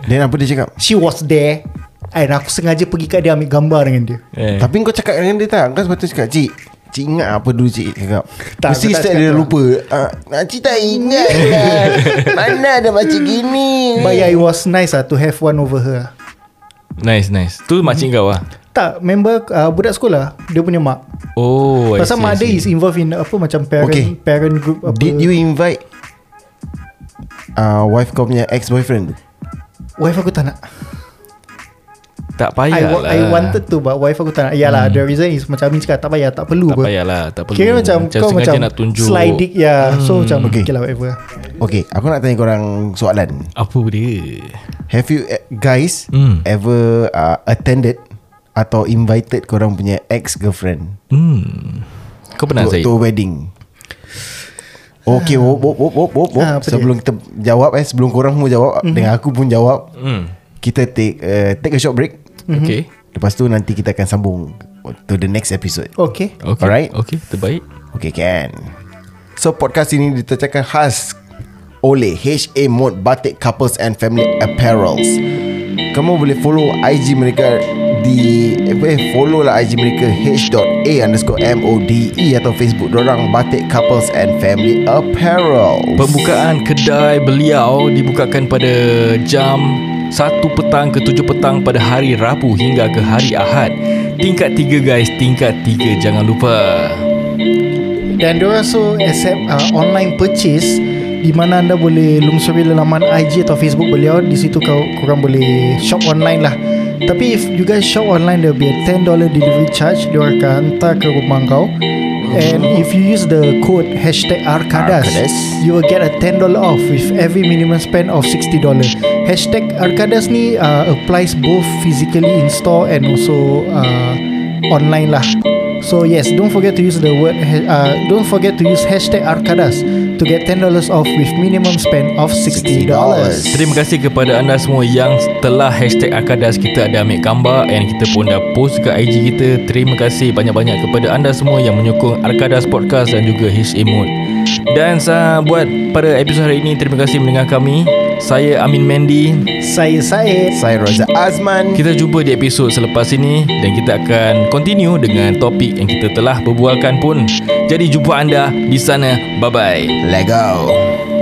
Speaker 3: Then apa dia cakap?
Speaker 4: She was there And aku sengaja pergi kat dia ambil gambar dengan dia
Speaker 2: Eh.
Speaker 3: Tapi kau cakap dengan dia tak Kau sepatutnya cakap Cik Cik ingat apa dulu cik cakap
Speaker 4: Tak,
Speaker 3: Mesti
Speaker 4: aku tak
Speaker 3: step
Speaker 4: cakap
Speaker 3: dia
Speaker 4: tu.
Speaker 3: lupa ah, Cik tak
Speaker 4: [laughs]
Speaker 3: ingat lah Mana ada macam gini
Speaker 4: But yeah it was nice lah To have one over her lah.
Speaker 2: Nice nice
Speaker 4: Mm-hmm.
Speaker 2: Tu makcik kau lah
Speaker 4: Tak member uh, budak sekolah Dia punya mak
Speaker 2: Oh I
Speaker 4: Pasal
Speaker 2: see, I
Speaker 4: mak dia
Speaker 2: see.
Speaker 4: is involved in apa macam parent
Speaker 3: Okay.
Speaker 4: okay. parent group apa.
Speaker 3: Did you invite uh, Wife kau punya ex-boyfriend tu?
Speaker 4: wife aku tak nak.
Speaker 2: Tak payah
Speaker 4: I, wa-
Speaker 2: lah
Speaker 4: I wanted to but wife aku tak nak. Yalah hmm. the reason is macam Amin cakap tak payah tak perlu
Speaker 2: Tak
Speaker 4: apa.
Speaker 2: payah lah Tak perlu
Speaker 4: Kira macam kau
Speaker 2: sengaja
Speaker 4: macam
Speaker 2: nak tunjuk Hmm.
Speaker 4: sliding ya. Yeah. So
Speaker 3: Okay.
Speaker 4: macam okay. okay lah whatever.
Speaker 3: Okay Aku nak tanya korang soalan
Speaker 2: Apa dia
Speaker 3: Have you eh, guys
Speaker 2: Hmm.
Speaker 3: Ever uh, attended Atau invited korang punya ex-girlfriend
Speaker 2: Hmm Kau pernah
Speaker 3: to,
Speaker 2: Zaid?
Speaker 3: to wedding Okay wop, wop, wop, wop, wop, wop.
Speaker 4: Ah, apa dia? Mhm.
Speaker 3: Sebelum kita jawab eh Sebelum korang semua jawab mm-hmm. Dengan aku pun jawab
Speaker 2: Hmm
Speaker 3: Kita take uh, Take a short break
Speaker 2: Okay
Speaker 4: Mm-hmm.
Speaker 3: Lepas tu nanti kita akan sambung To the next episode
Speaker 4: Okay.
Speaker 2: Okay
Speaker 3: Alright.
Speaker 2: Okay terbaik
Speaker 3: Okay can So podcast ini diterjemahkan khas oleh HA Mode Batik Couples and Family Apparels Kamu boleh follow IG mereka di eh, follow lah IG mereka h.a underscore m-o-d-e E atau Facebook dorang Batik Couples and Family Apparel
Speaker 2: Pembukaan kedai beliau dibukakan pada jam 1 petang ke 7 petang pada hari Rabu hingga ke hari Ahad. Tingkat 3 guys, tingkat 3 jangan lupa.
Speaker 4: Dan dia also accept uh, online purchase di mana anda boleh lungsuri laman IG atau Facebook beliau di situ kau korang boleh shop online lah tapi if you guys shop online there will be a $10 delivery charge dia akan hantar ke rumah kau and if you use the code hashtag Arkadas,
Speaker 3: Arkadas.
Speaker 4: you will get a $10 off with every minimum spend of $60 hashtag Arkadas ni uh, applies both physically in store and also uh, online lah So yes, don't forget to use the word ha- uh, don't forget to use hashtag Arkadas to get $10 off with minimum spend of
Speaker 3: $60.
Speaker 4: $60.
Speaker 2: Terima kasih kepada anda semua yang telah hashtag Akadas kita ada ambil gambar and kita pun dah post ke IG kita. Terima kasih banyak-banyak kepada anda semua yang menyokong Arkadas Podcast dan juga HA Mode. Dan saya buat pada episod hari ini terima kasih mendengar kami. Saya Amin Mendy
Speaker 4: Saya Said.
Speaker 3: Saya Raza Azman
Speaker 2: Kita jumpa di episod selepas ini dan kita akan continue dengan topik yang kita telah berbualkan pun. Jadi jumpa anda di sana. Bye-bye.
Speaker 3: Lego